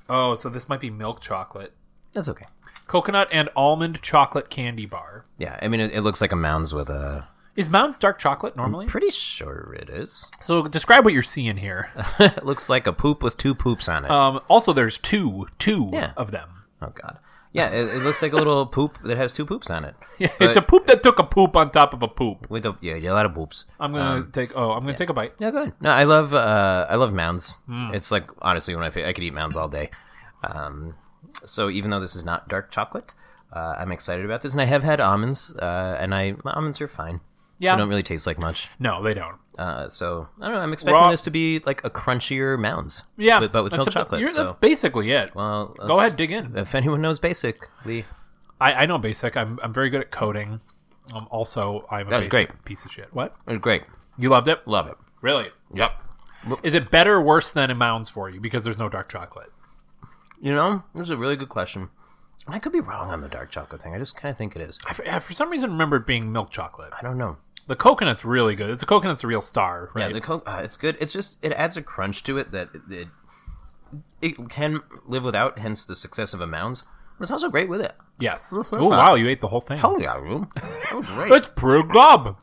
A: Oh, so this might be milk chocolate,
B: That's okay.
A: coconut, and almond chocolate candy bar.
B: Yeah, I mean, it, it looks like a mounds with a.
A: Is Mounds dark chocolate normally?
B: Pretty sure it is.
A: So describe what you're seeing
B: <laughs>
A: here.
B: it looks like a poop with two poops on it.
A: Um, also, there's two, two
B: Yeah.
A: of them.
B: Oh God. Yeah, it, it looks like a little poop that has two
A: <laughs>
B: poops on it. <laughs> Yeah,
A: It's a poop that took a poop on top of a poop.
B: with a yeah, yeah, a lot of poops.
A: I'm gonna take. Oh, I'm gonna take a bite.
B: Um, Yeah, good. No, I love uh, I love mounds.
A: Hmm.
B: It's like honestly, when I fa- I could eat mounds all day. Um, so even though this is not dark chocolate, uh, I'm excited about this, and I have had almonds, uh, and I my almonds are fine.
A: Yeah.
B: They don't really taste like much.
A: No, they don't.
B: Uh, so I don't know. I'm expecting
A: Raw-
B: this to be like a crunchier mounds.
A: Yeah,
B: but, but with
A: that's
B: milk
A: a-
B: chocolate.
A: you're-
B: So,
A: That's basically it.
B: well,
A: Go
B: let's-
A: ahead, dig in.
B: If anyone knows basically,
A: I, I know basic. I'm, I'm very good at coding. Um, also, I'm a
B: That was
A: basic
B: great.
A: piece of shit. What?
B: it's great.
A: You loved it?
B: Love it.
A: Really?
B: Yep.
A: Is it better or worse than a Mounds for you because there's no dark chocolate?
B: You know, this is a really good question. And I could be wrong on the dark chocolate thing. I just kind of think it is.
A: I, for- I for some reason remember it being milk chocolate.
B: I don't know.
A: The coconut's really good. It's the coconut's the real star, right?
B: Yeah, the Coke, uh, it's good. It's just it adds a crunch to it that it, it it can live without. Hence the success of a Mounds. But it's also great with it.
A: yes.
B: That's
A: Oh
B: not-
A: wow, you ate the whole thing.
B: Oh yeah, room. <laughs> Oh great.
A: It's pretty good.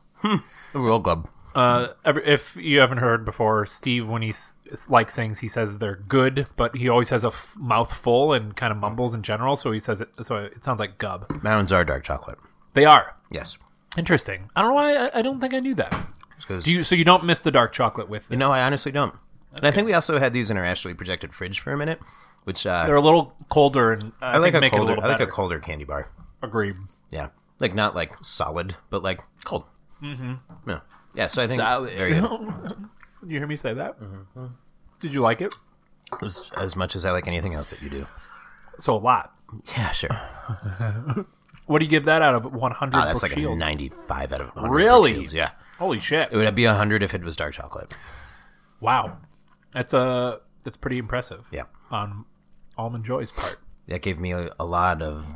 B: Real good.
A: Uh, every, if you haven't heard before, Steve, when he s- likes things, he says they're good, but he always has a f- mouth full and kind of mumbles in general. So he says it. So it sounds like gub.
B: Mounds are dark chocolate.
A: They are
B: Yes.
A: interesting. I don't know why. I, I don't think I knew that.
B: Because
A: Do you? So you don't miss the dark chocolate with? This.
B: No, I honestly don't. and I think we also had these in our Ashley projected fridge for a minute, which uh,
A: they're a little colder and uh,
B: I like a
A: make
B: colder.
A: it a little
B: I like a
A: better.
B: colder candy bar.
A: Agreed.
B: Yeah, like not like solid, but like cold. Mm-hmm. Yeah. Yeah. So I think very good.
A: Did you hear me say that?
B: Mm-hmm.
A: Did you like it?
B: As, as much as I like anything else that you do.
A: So a lot.
B: Yeah, sure.
A: What do you give that out of 100
B: Oh, that's
A: book
B: like
A: shield?
B: a 95 out of 100
A: Really?
B: Shields, Yeah.
A: Holy shit.
B: It would be 100 if it was dark chocolate.
A: Wow. That's uh that's pretty impressive.
B: Yeah.
A: On Almond Joy's part.
B: That gave me a, a lot of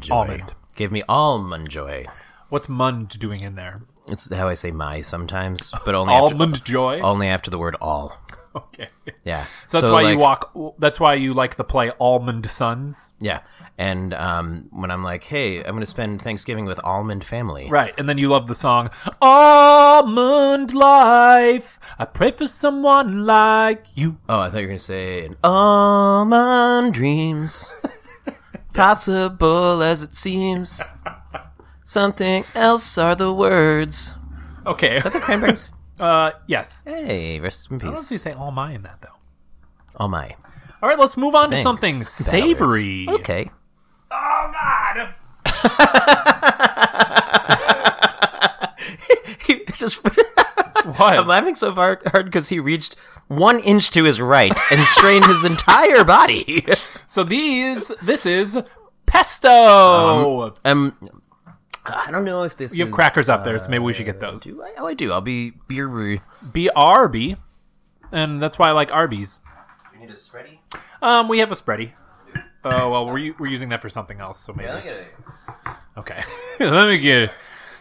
B: joy.
A: Almond.
B: Gave me almond joy.
A: What's Mund doing in there?
B: It's how I say my sometimes, but only
A: Almond
B: after,
A: Joy.
B: only after the word all.
A: okay.
B: Yeah.
A: So that's why
B: like-
A: you walk. That's why you like the play Almond Sons,
B: Yeah. And um, when I'm like, hey, I'm going to spend Thanksgiving with almond family.
A: right? And then you love the song Almond Life. I pray for someone like you.
B: Oh, I thought you were going to say "And almond <laughs> dreams. Possible as it seems. Something else are the words.
A: Okay.
B: Cranberries.
A: uh, yes. I
B: hey, rest in
A: don't know if you
B: peace.
A: say all my in that though.
B: Oh my.
A: All right, let's move on to
B: Thank
A: something savory.
B: Okay.
A: Oh God.
B: <laughs> He just <laughs>
A: What?
B: I'm laughing so far- hard because he reached one inch to his right and strained his entire body.
A: So these, this is pesto.
B: <laughs> um, I don't know if this
A: you have
B: is-
A: crackers up there, so maybe we should get those.
B: Do I? Oh, I do. I'll be beer brewery.
A: B R B, and that's why I like Arby's.
B: You need a spready?
A: Um, we have a spready. Oh well, we're u- we're using that for something else, so maybe okay. <laughs> Let me get it.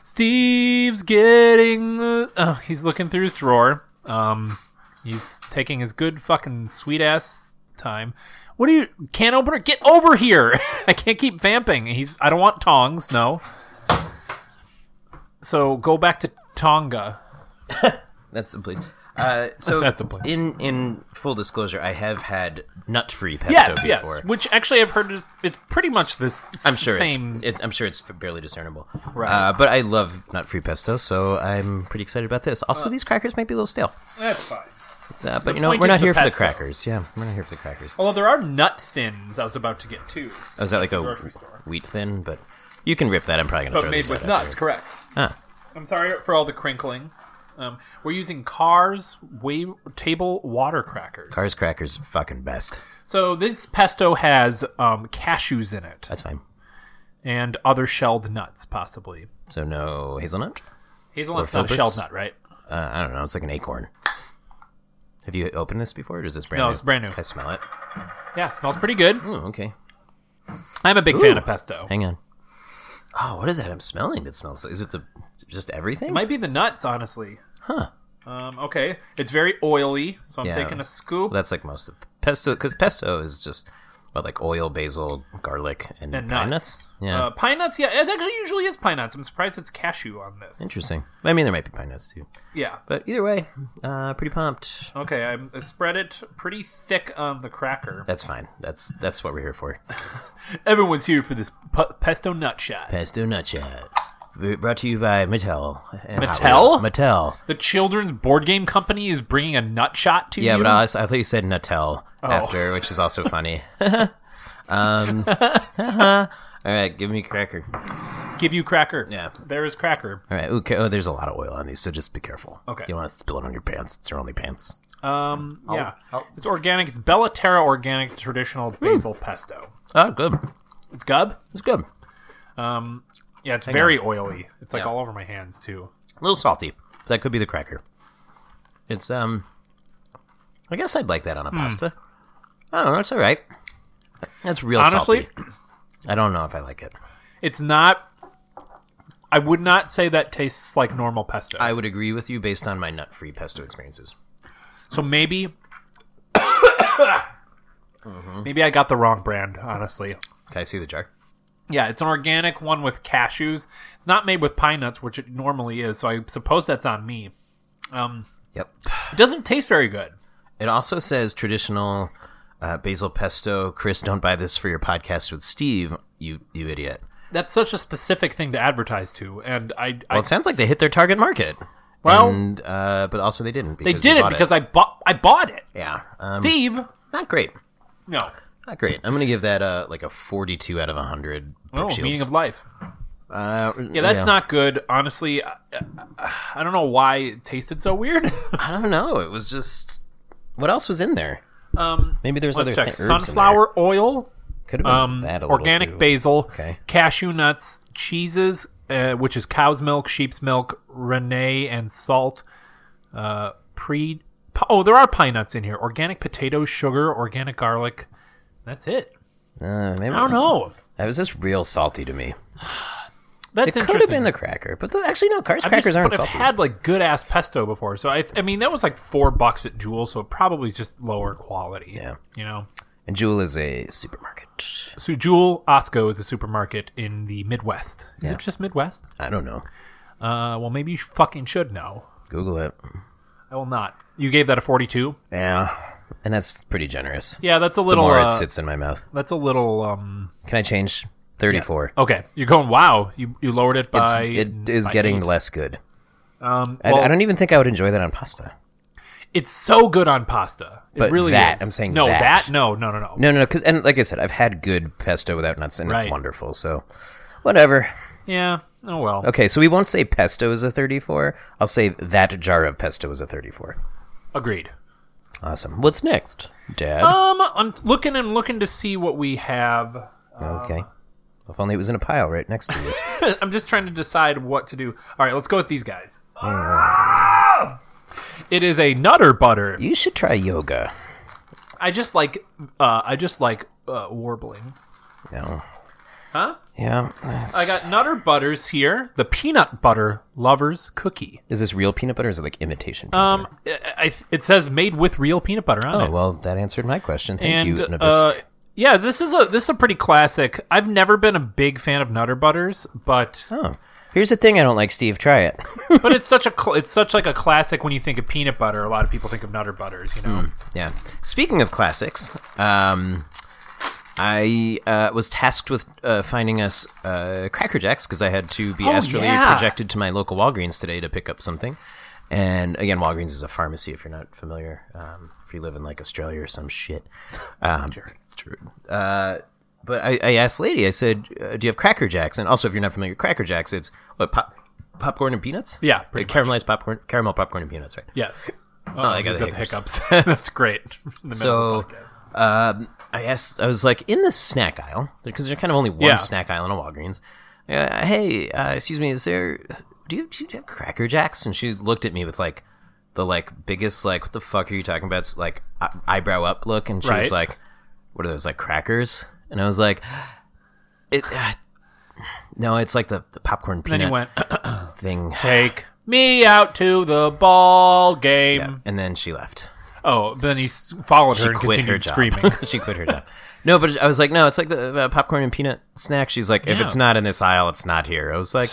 A: Steve's getting. the- Oh, he's looking through his drawer. Um, he's taking his good fucking sweet ass time. What are you? Can opener, get over here! <laughs> I can't keep vamping. He's. I don't want tongs. No. So go back to Tonga.
B: That's the place. Uh, so
A: That's a place.
B: In in full disclosure, I have had nut free pesto
A: Yes,
B: before.
A: yes. Which actually, I've heard it- it's pretty much this.
B: I'm sure
A: Same.
B: it's it, I'm sure it's barely discernible.
A: Right.
B: Uh, but I love nut free pesto, so I'm pretty excited about this. Also, these crackers might be a little stale.
A: That's fine.
B: Uh, but you know,
A: point
B: we're
A: is
B: not
A: Uh, the
B: here for the
A: pesto.
B: crackers. Yeah, we're not here for the crackers.
A: Although there are nut thins, I was about to get too,
B: Oh, is that like a
A: grocery store.
B: wheat thin? But you can rip that. I'm probably gonna
A: but
B: throw
A: made
B: these
A: with
B: out
A: nuts.
B: after.
A: Correct.
B: Ah,
A: I'm sorry for all the crinkling. Um, we're using Cars wa- table water crackers.
B: Cars crackers, fucking best.
A: So this pesto has um, cashews in it
B: That's fine.
A: and other shelled nuts, possibly.
B: So no hazelnut.
A: Hazelnut's
B: Or
A: not a
B: filberts?
A: shelled nut, right?
B: uh, I don't know. It's like an acorn. Have you opened this before, or is this brand
A: No,
B: new?
A: it's brand new.
B: Can I smell it?
A: Yeah, smells pretty good.
B: Oh, okay.
A: I'm a big fan of pesto.
B: Hang on. Oh, what is that I'm smelling that smells? Is it the just everything?
A: It might be the nuts, honestly.
B: Huh.
A: Um, okay, it's very oily, so I'm
B: Yeah.
A: taking a scoop.
B: Well, that's like most of pesto, because pesto is just well, like oil, basil, garlic, and,
A: and nuts.
B: pine nuts. Yeah,
A: Uh, pine nuts, yeah. It actually usually is pine nuts. I'm surprised it's cashew on this.
B: interesting. I mean, there might be pine nuts too,
A: Yeah.
B: but either way, uh, pretty pumped.
A: Okay, I'm, I spread it pretty thick on the cracker.
B: That's fine. That's that's what we're here for.
A: Everyone's here for this pu- pesto nut shot.
B: Pesto nut chat. Brought to you by Mattel. and Hot
A: Mattel?
B: Wheels. Mattel.
A: The children's board game company is bringing a nut shot to
B: Yeah,
A: you. Oh.
B: but uh, I, I thought you said Natel after, which is also
A: <laughs>
B: funny. um, all right, give me cracker.
A: give you cracker.
B: Yeah.
A: there is cracker.
B: All right, okay. Oh, there's a lot of oil on these, so just be careful.
A: Okay.
B: you don't want to spill it on your pants. It's your only pants.
A: Um, yeah, it's organic. It's Bellaterra organic traditional
B: Hmm.
A: basil pesto.
B: Oh, good.
A: It's gub.
B: It's good. A
A: Yeah, it's very oily. It's like
B: Yeah.
A: all over my hands too.
B: little salty. That could be the cracker. It's um, I guess I'd like that on a
A: Hmm.
B: pasta. I don't know. It's all right. That's real
A: Honestly-
B: salty. I don't know if I like it.
A: It's not. I would not say that tastes like normal pesto.
B: I would agree with you based on my nut-free pesto experiences.
A: so
B: <coughs>
A: maybe. <coughs> Maybe I got the wrong brand, honestly.
B: Can I see the jar?
A: Yeah, it's an organic one with cashews. It's not made with pine nuts, which it normally is, so I suppose that's on me. Um,
B: Yep.
A: it doesn't taste very good.
B: It also says traditional uh, basil pesto. Chris, don't buy this for your podcast with Steve. You you idiot.
A: That's such a specific thing to advertise to, and I, I
B: Well, it sounds like they hit their target market.
A: Well-
B: and, uh, but also they didn't.
A: they did it because I bought I bought it.
B: yeah, um,
A: Steve,
B: not great,
A: no,
B: not great. I'm gonna give that uh, like a 42 out of 100.
A: oh,
B: Brooke Shields.
A: meaning of life.
B: uh,
A: Yeah, that's not good. Honestly, I, I don't know why it tasted so weird. <laughs>
B: I don't know. It was just what else was in there?
A: um,
B: Maybe there's
A: let's
B: other
A: check:
B: thi- herbs
A: sunflower oil,
B: Could have been
A: um,
B: that a little
A: organic
B: too.
A: basil,
B: Okay.
A: cashew nuts, cheeses, uh, which is cow's milk, sheep's milk, rennet, and salt. Uh, pre. pi- Oh, there are pine nuts in here. Organic potatoes, sugar, organic garlic. That's it.
B: Uh, maybe,
A: I don't know.
B: That was just real salty to me.
A: That's
B: it
A: interesting.
B: could have been the cracker, but the, actually no, Cars
A: I've
B: crackers
A: just-
B: aren't
A: but
B: salty.
A: I've had like good ass pesto before, so I, I mean that was like four bucks at Jewel, so it probably is just lower quality.
B: Yeah.
A: you know.
B: And Jewel is a supermarket.
A: So Jewel Osco is a supermarket in the Midwest. Is it just Midwest?
B: I don't know.
A: Uh, well, maybe you fucking should know.
B: Google it.
A: I will not. You gave that a forty-two.
B: Yeah, and that's pretty generous.
A: Yeah, that's a
B: The
A: little.
B: more
A: uh,
B: it sits in my mouth.
A: that's a little. Um,
B: Can I change? 34.
A: okay, you're going. Wow, you you lowered it
B: It's,
A: by.
B: it is
A: by
B: getting
A: eight.
B: less good.
A: Um,
B: I,
A: well,
B: I don't even think I would enjoy that on pasta.
A: it's so good on pasta. It
B: But
A: really
B: that,
A: is.
B: I'm saying
A: no.
B: that.
A: no, no, no, no.
B: No, no, no. Cause, and like I said, I've had good pesto without nuts, and
A: Right.
B: it's wonderful. So, whatever.
A: Yeah. Oh well.
B: Okay, so we won't say pesto is a 34. I'll say that jar of pesto is a 34.
A: Agreed.
B: Awesome. What's next, Dad?
A: Um, I'm looking and looking to see what we have.
B: okay. If only it was in a pile right next to you.
A: I'm just trying to decide what to do. All right, let's go with these guys. It is a nutter butter.
B: you should try yoga.
A: I just like, uh, I just like uh, warbling.
B: No.
A: Huh?
B: Yeah.
A: I got nutter butters here. The peanut butter lovers cookie.
B: Is this real peanut butter or is it like imitation peanut
A: Um,
B: butter?
A: I, I- it says made with real peanut butter on
B: Oh,
A: it.
B: well, that answered my question. Thank
A: and
B: you, Nabisco.
A: uh, yeah, this is a this is a pretty classic. I've never been a big fan of nutter butters, but
B: Oh, here's the thing I don't like, Steve. Try it.
A: but it's such a cl- it's such like a classic when you think of peanut butter a lot of people think of nutter butters you know
B: Hmm. yeah. Speaking of classics, um, I uh, was tasked with uh, finding us uh, Cracker Jacks because I had to be astrally
A: Oh, yeah.
B: projected to my local Walgreens today to pick up something. And again, Walgreens is a pharmacy if you're not familiar. Um, if you live in like Australia or some shit. Um, Jared. Uh, but I, I asked Lady, I said, uh, do you have Cracker Jacks? And also, if you're not familiar with Cracker Jacks, it's what, pop, popcorn and peanuts?
A: Yeah,
B: Like,
A: pretty
B: caramelized popcorn, caramel popcorn and peanuts, right?
A: yes oh,
B: I got
A: these
B: the
A: are the hiccups <laughs> that's great In the middle
B: So,
A: of the podcast.
B: um, I asked, I was like, in the snack aisle, because there's kind of only one
A: Yeah.
B: snack aisle in a Walgreens. Uh, hey, uh, excuse me, is there, do you, do you have Cracker Jacks? And she looked at me with like the like biggest, like, what the fuck are you talking about? It's like eye- eyebrow up look. And she
A: Right.
B: was like, what are those, like crackers? And I was like, it, uh, no, it's like the, the popcorn
A: then he
B: peanut
A: went
B: thing.
A: take me out to the ball game
B: And then she left.
A: oh then he s- followed her and
B: quit
A: continued
B: her job. <laughs>
A: screaming
B: she quit her job. No, but I was like, no, it's like the uh, popcorn and peanut snack. She's like, if
A: Yeah.
B: it's not in this aisle, it's not here. I
A: <sighs>
B: was like,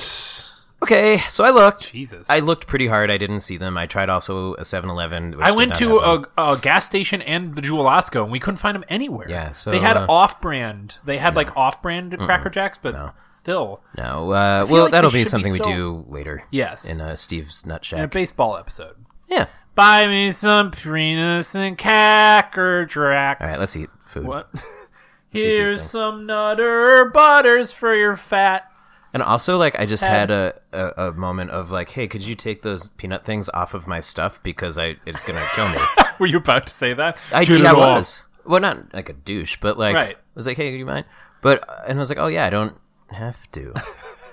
B: okay. So I looked.
A: jesus
B: I looked pretty hard. I didn't see them. I tried also a 7-Eleven. which
A: I
B: did
A: went
B: not
A: to
B: have them.
A: a, a gas station and the Jewel Osco, and we couldn't find them anywhere.
B: Yeah, so,
A: they had
B: uh,
A: off-brand. They had like off-brand Cracker Jacks, but still,
B: no. Uh, well,
A: like
B: that'll
A: they should
B: be
A: be
B: something
A: so-
B: we do later.
A: Yes.
B: in uh, Steve's nut
A: in a
B: shack.
A: baseball episode.
B: yeah.
A: Buy me some Prius and Cacker Drax.
B: All right. Let's eat food.
A: What? <laughs>
B: these
A: Here's
B: things.
A: some Nutter Butters for your
B: <laughs>
A: fat.
B: And also, like, I just
A: Had-
B: had a, a a moment of like, hey, could you take those peanut things off of my stuff because I it's gonna kill me.
A: Were you about to say that?
B: I,
A: Shoot
B: yeah, I
A: it all.
B: was. Well, not like a douche, but like
A: Right. <laughs>
B: I was like, "Hey, do you mind?" But and I was like, "Oh yeah, I don't have to."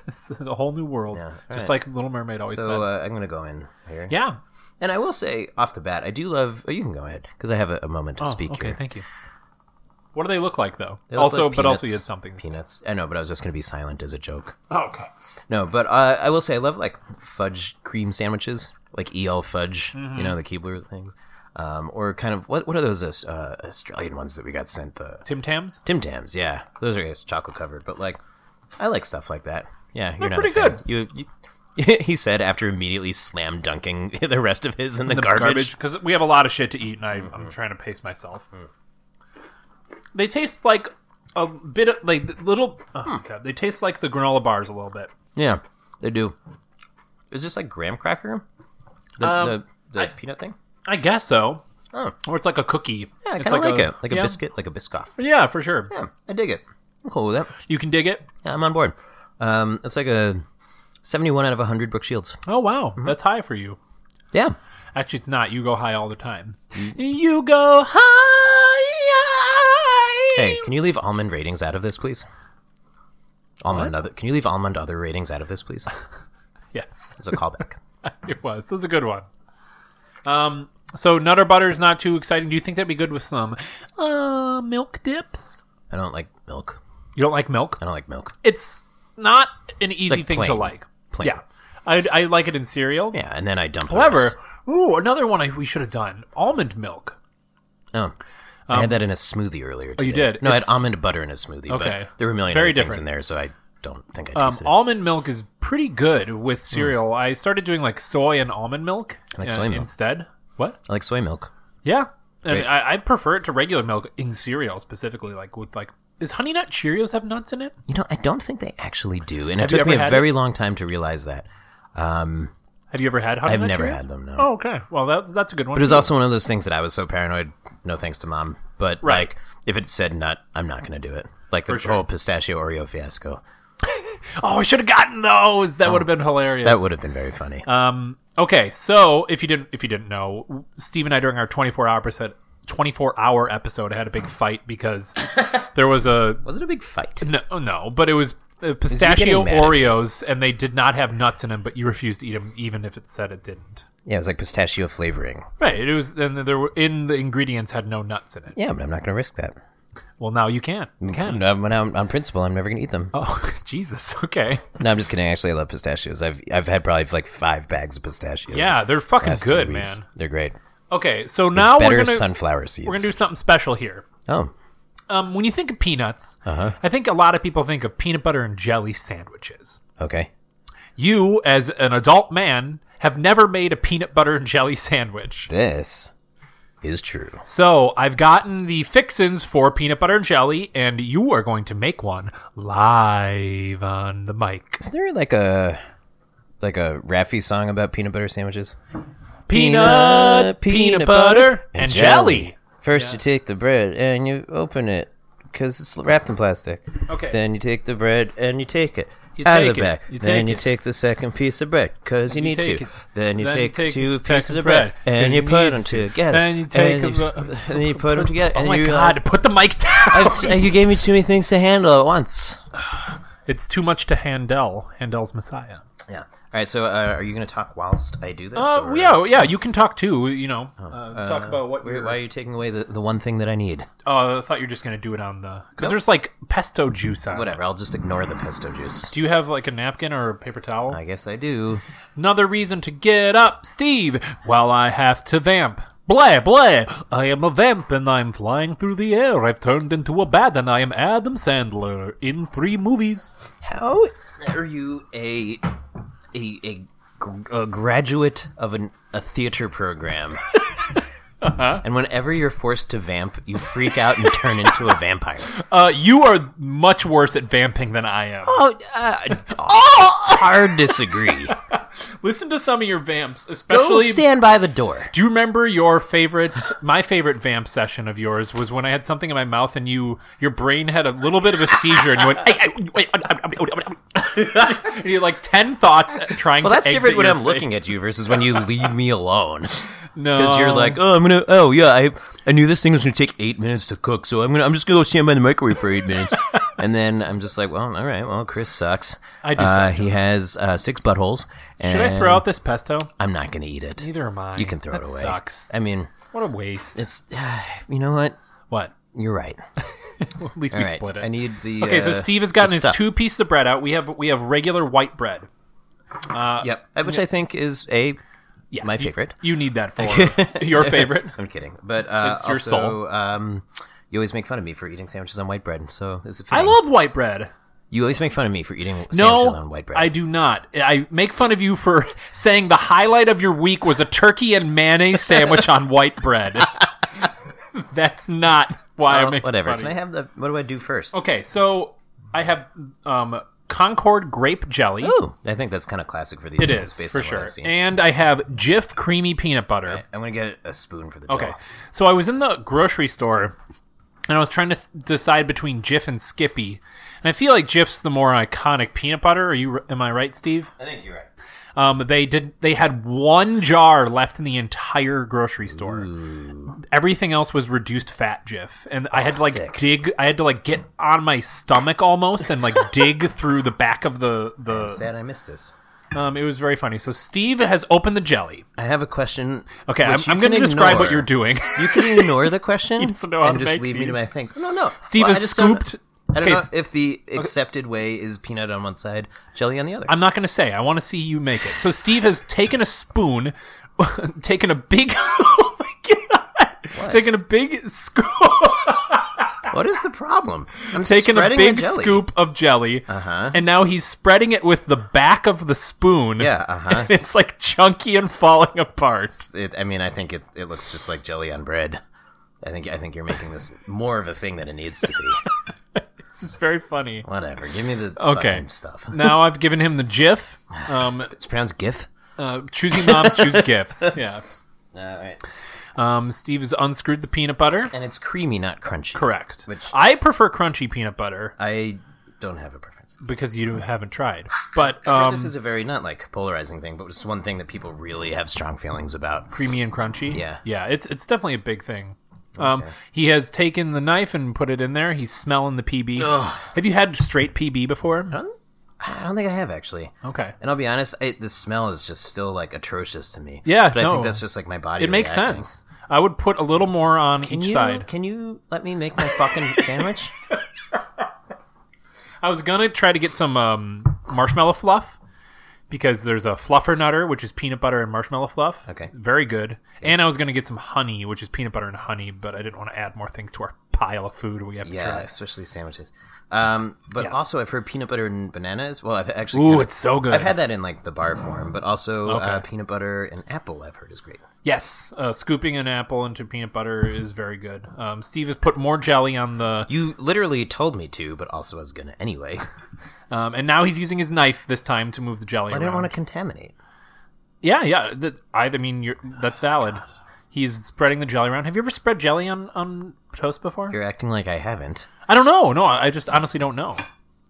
A: this is <laughs> a whole new world.
B: Yeah, all
A: Just
B: right.
A: like Little Mermaid always said.
B: So uh, I'm gonna go in here.
A: yeah.
B: And I will say off the bat, I do love. Oh, you can go ahead because I have a, a moment to
A: Oh,
B: speak
A: okay,
B: here.
A: thank you. What do they look like though?
B: They look
A: also,
B: like
A: but also
B: peanuts-
A: you had something.
B: Peanuts. I know, but I was just gonna be silent as a joke.
A: Oh, okay.
B: No, but uh, I will say I love like fudge cream sandwiches, like EL fudge,
A: Mm-hmm.
B: you know, the Keebler things, um, or kind of what what are those uh, Australian ones that we got sent the
A: Tim Tams.
B: Tim Tams? Yeah, those are yes, chocolate covered, but like I like stuff like that. Yeah, you're
A: They're
B: not a
A: pretty
B: fan.
A: good.
B: You. you <laughs> he said after immediately slam dunking <laughs> the rest of his in the, garbage. Mm-hmm.
A: because we have a lot of shit to eat, and I, I'm trying to pace myself. They taste like a bit of like little. Oh,
B: Hmm.
A: God, they taste like the granola bars a little bit.
B: Yeah, they do. Is this like graham cracker? The,
A: Um,
B: the, the
A: I-
B: peanut thing?
A: I guess so,
B: Oh,
A: or it's like a cookie.
B: yeah, I
A: It's
B: kind of like, it. Like
A: yeah.
B: a biscuit, like a biscoff.
A: Yeah, for sure.
B: Yeah, I dig it. I'm cool with that.
A: You can dig it.
B: Yeah, I'm on board. Um, it's like a 71 out of 100 Brooke Shields.
A: Oh wow,
B: Mm-hmm.
A: that's high for you.
B: Yeah.
A: Actually, it's not. You go high all the time.
B: Mm.
A: You go high.
B: Hey, can you leave almond ratings out of this, please? Almond other. Can you leave almond other ratings out of this, please?
A: Yes.
B: It's a
A: <laughs>
B: callback.
A: It was. This is a good one. Um, so Nutter Butter's not too exciting. Do you think that'd be good with some uh, milk dips?
B: I don't like milk.
A: You don't like milk?
B: I don't like milk.
A: It's not an easy
B: Like
A: thing to
B: plain.
A: like.
B: Plain.
A: Yeah, I, I like it in cereal.
B: Yeah, and then I dump. the
A: However,
B: rest.
A: ooh, another one I, we should have done: almond milk.
B: Oh. I had that in a smoothie earlier.
A: um, oh,
B: Today.
A: you did?
B: No, I had
A: It's-
B: almond butter in a smoothie.
A: Okay.
B: But there were a million
A: Very
B: other things
A: different.
B: in there, so I don't think I
A: Um,
B: tasted
A: almond milk is pretty good with cereal. I started doing like soy and almond milk
B: Hmm. like
A: uh,
B: soy milk.
A: instead. What?
B: it. I like soy milk.
A: Yeah, I, mean,
B: Great.
A: I, I prefer it to regular milk in cereal specifically. Like with like, is Honey Nut Cheerios have nuts in it?
B: You know, I don't think they actually do, and
A: Have
B: it
A: you
B: took me
A: ever
B: a
A: had
B: very long time to realize that. Um,
A: Have you ever had Honey
B: I've
A: Nut
B: never
A: Cheerios?
B: had them. No.
A: Oh, okay. Well, that's that's a good one.
B: But it was also one of those things that I was so paranoid. No thanks to mom. But
A: Right.
B: like, if it said nut, I'm not going to do it. Like the
A: sure.
B: whole pistachio Oreo fiasco.
A: oh, I should have gotten those. That would have been hilarious.
B: Oh. That would have been very funny.
A: Um, okay, so if you didn't if you didn't know, Steve and I during our 24 hour episode 24 hour episode had a big fight because there was a
B: was it a big fight?
A: no, no but it was uh, pistachio
B: mad at me?
A: Oreos and they did not have nuts in them, but you refused to eat them even if it said it didn't.
B: Yeah, it was like pistachio flavoring.
A: Right, it was and there were in the ingredients had no nuts in it.
B: Yeah, but I'm not going to risk that.
A: Well, now you can.
B: Mm.
A: You
B: <laughs>
A: can.
B: No, but on, on principle, I'm never going to eat them.
A: Oh, <laughs> Jesus. Okay.
B: No, I'm just kidding. Actually, I love pistachios. I've I've had probably like five bags of pistachios.
A: Yeah, they're fucking
B: last two
A: good,
B: weeks.
A: man.
B: They're great.
A: Okay, so now
B: Better
A: we're going to
B: sunflower seeds.
A: we're going to do something special here.
B: oh,
A: um, when you think of peanuts, I think a lot of people think of peanut butter and jelly sandwiches.
B: okay.
A: You, as an adult man, have never made a peanut butter and jelly sandwich.
B: This is true.
A: So I've gotten the fixins for peanut butter and jelly, and you are going to make one live on the mic.
B: Isn't there like a like a Raffi song about peanut butter sandwiches?
A: Peanut, peanut, butter, and, jelly.
B: First, you take the bread and you open it because it's wrapped in plastic.
A: Okay.
B: Then you take the bread and you take it
A: You
B: out
A: take
B: of the
A: it.
B: bag.
A: You
B: then
A: take
B: you
A: it.
B: take the second piece of bread because you,
A: You
B: need
A: take
B: to.
A: it.
B: Then you
A: Then you
B: take
A: take the
B: two
A: second
B: pieces of
A: bread,
B: bread, and
A: 'cause
B: you
A: you
B: put
A: need
B: them
A: to.
B: together.
A: Then you take
B: and
A: a- <laughs>
B: you, and you put them together.
A: Oh
B: and
A: my
B: you realize,
A: god, put the mic
B: "I
A: down!
B: t- you gave me too many things to handle at once.
A: It's too much to Handel, Handel's Messiah.
B: Yeah. All right. So, uh, are you going to talk whilst I do this?
A: Uh,
B: or-
A: yeah, yeah, you can talk too, you know. Uh, talk about what
B: Why
A: you're-
B: why are you taking away the, the one thing that I need?
A: Oh, I thought you were just gonna do it on the because there's like pesto juice on. it.
B: Whatever. I'll just ignore the pesto juice.
A: Do you have like a napkin or a paper towel?
B: I guess I do.
A: Another reason to get up, Steve. While I have to vamp. Blah blah. I am a vamp and I'm flying through the air. I've turned into a bat and I am Adam Sandler in three movies.
B: How are you a a a, gr- a graduate of an, a theater <laughs> program? And whenever you're forced to vamp, you freak out and turn into a vampire.
A: Uh, you are much worse at vamping than I
B: <gasps>
A: am.
B: <laughs> Oh, uh, oh hard disagree.
A: Listen to some of your vamps,
B: Go
A: especially.
B: stand by the door.
A: Do you remember your favorite? My favorite vamp session of yours was when I had something in my mouth and you, your brain had a little bit of a seizure and you went, "Ay, ay, wait, <laughs> ah, ah, ah, ah, ah." and you had like ten thoughts trying.
B: Well,
A: to
B: that's different when I'm looking
A: At-
B: at you versus when you leave me alone.
A: no,
B: Because you're like, oh, I'm gonna,
A: <laughs>
B: oh yeah, I, I knew this thing was gonna take eight minutes to cook, so I'm gonna, I'm just gonna go stand by the microwave for eight minutes. and then I'm just like, well, all right, well, Chris sucks.
A: I do
B: Uh,
A: suck.
B: he has uh, six buttholes. And
A: Should I throw out this pesto?
B: I'm not going to eat it.
A: Neither am I.
B: You can throw
A: That
B: it away.
A: Sucks.
B: I mean,
A: What a waste.
B: it's <sighs> you know what?
A: what? <laughs>
B: You're right.
A: Well, at least
B: All
A: we
B: right.
A: split it.
B: I need the.
A: okay, so
B: uh,
A: Steve has gotten
B: the
A: his
B: stuff.
A: two pieces of bread out. We have we have regular white bread.
B: Yep, which I think is a.
A: Yes,
B: My
A: you-
B: favorite.
A: You need
B: <laughs>
A: that for your favorite.
B: I'm kidding, but uh,
A: It's your
B: also,
A: soul.
B: Um, you always make fun of me for eating sandwiches on white bread, so it's a
A: I
B: fitting.
A: love white bread.
B: You always make fun of me for eating sandwiches on
A: No,
B: white bread.
A: I do not. I make fun of you for <laughs> saying the highlight of your week was a turkey and mayonnaise sandwich on white bread. <laughs> That's not why
B: Well,
A: I make
B: whatever.
A: Fun of
B: Can I
A: you.
B: have the? What do I do first?
A: Okay, so I have um, Concord grape jelly.
B: Ooh, I think that's kind of classic for these.
A: It
B: things,
A: is
B: based
A: for
B: on What
A: sure,
B: I've seen.
A: and I have Jif creamy peanut butter.
B: I'm gonna get a spoon for the jaw.
A: Okay. So I was in the grocery store and I was trying to th- decide between Jif and Skippy. And I feel like Jif's the more iconic peanut butter. Are you am I right, Steve?
B: I think you're right.
A: Um, they did they had one jar left in the entire grocery store. Everything else was reduced fat Jif. And I had to like
B: Mm. Oh, sick.
A: dig I had to like get on my stomach almost and
B: <laughs>
A: like dig through the back of the the
B: Sad I missed this.
A: um it was very funny. So Steve has opened the jelly.
B: I have a question.
A: Okay, I'm,
B: which you
A: I'm going to
B: can
A: describe what
B: ignore.
A: you're doing.
B: You can ignore
A: <laughs>
B: the question
A: doesn't know how
B: and
A: to
B: just
A: make
B: leave me to my
A: these.
B: things. Oh, No, no.
A: Steve
B: Well, I
A: has
B: just don't-
A: scooped-
B: I don't
A: Okay,
B: know
A: s-
B: if the accepted way is peanut on one side, jelly on the other.
A: I'm not going to say. I want to see you make it. So Steve has taken a spoon, <laughs> taken a big, <laughs> oh my god, taken a big
B: <laughs>
A: scoop,
B: What is the problem? I'm
A: taken a
B: spreading
A: big
B: the jelly.
A: scoop of jelly,
B: Uh-huh.
A: and now he's spreading it with the back of the spoon.
B: Yeah, uh-huh.
A: And <laughs> it's like chunky and falling apart.
B: It, I mean, I think it, it looks just like jelly on bread. I think I think you're making this more of a thing than it needs to
A: <laughs>
B: be.
A: This is very funny.
B: Whatever. Give me the
A: Okay.
B: fucking stuff.
A: Now I've given him the GIF. Um,
B: It's pronounced GIF.
A: uh, choosing moms
B: <laughs>
A: choose gifts. Yeah.
B: All right.
A: Um, Steve has unscrewed the peanut butter.
B: And it's creamy, not crunchy.
A: Correct.
B: Which-
A: I prefer crunchy peanut butter
B: I don't have a preference.
A: because you haven't tried. But um,
B: this is a very not like polarizing thing, but just one thing that people really have strong feelings about.
A: creamy and crunchy.
B: Yeah.
A: yeah, it's it's definitely a big thing. Um, he has taken the knife and put it in there. He's smelling the PB. Have you had straight PB before?
B: I don't think I have actually.
A: Okay,
B: And I'll be honest, I, the smell is just still like atrocious to me.
A: Yeah,
B: but I
A: no.
B: think that's just like my body.
A: it makes
B: reacting.
A: sense. I would put a little more on
B: Can
A: each
B: you,
A: side.
B: Can you let me make my
A: <laughs>
B: fucking sandwich?
A: I was gonna try to get some um, marshmallow fluff because there's a fluffer nutter, which is peanut butter and marshmallow fluff.
B: Okay.
A: very good. And I was gonna get some honey, which is peanut butter and honey, but I didn't want to add more things to our pile of food we have to
B: Yeah,
A: try.
B: especially sandwiches. Um, but
A: Yes.
B: also, I've heard peanut butter and bananas. Well, I've actually.
A: Ooh,
B: kinda-
A: it's so good.
B: I've had that in like the bar form, but also uh,
A: Okay.
B: peanut butter and apple. I've heard is great.
A: Yes, uh, scooping an apple into peanut butter is very good. Um, Steve has put more jelly on the,
B: You literally told me to, but also I was gonna
A: <laughs>
B: anyway.
A: um, and now he's using his knife this time to move the jelly.
B: I
A: around.
B: didn't want to contaminate.
A: Yeah, yeah. That, I, I mean, you're, that's valid. He's spreading the jelly around. Have you ever spread jelly on on toast before?
B: You're acting like I haven't.
A: I don't know. No, I I just honestly don't know.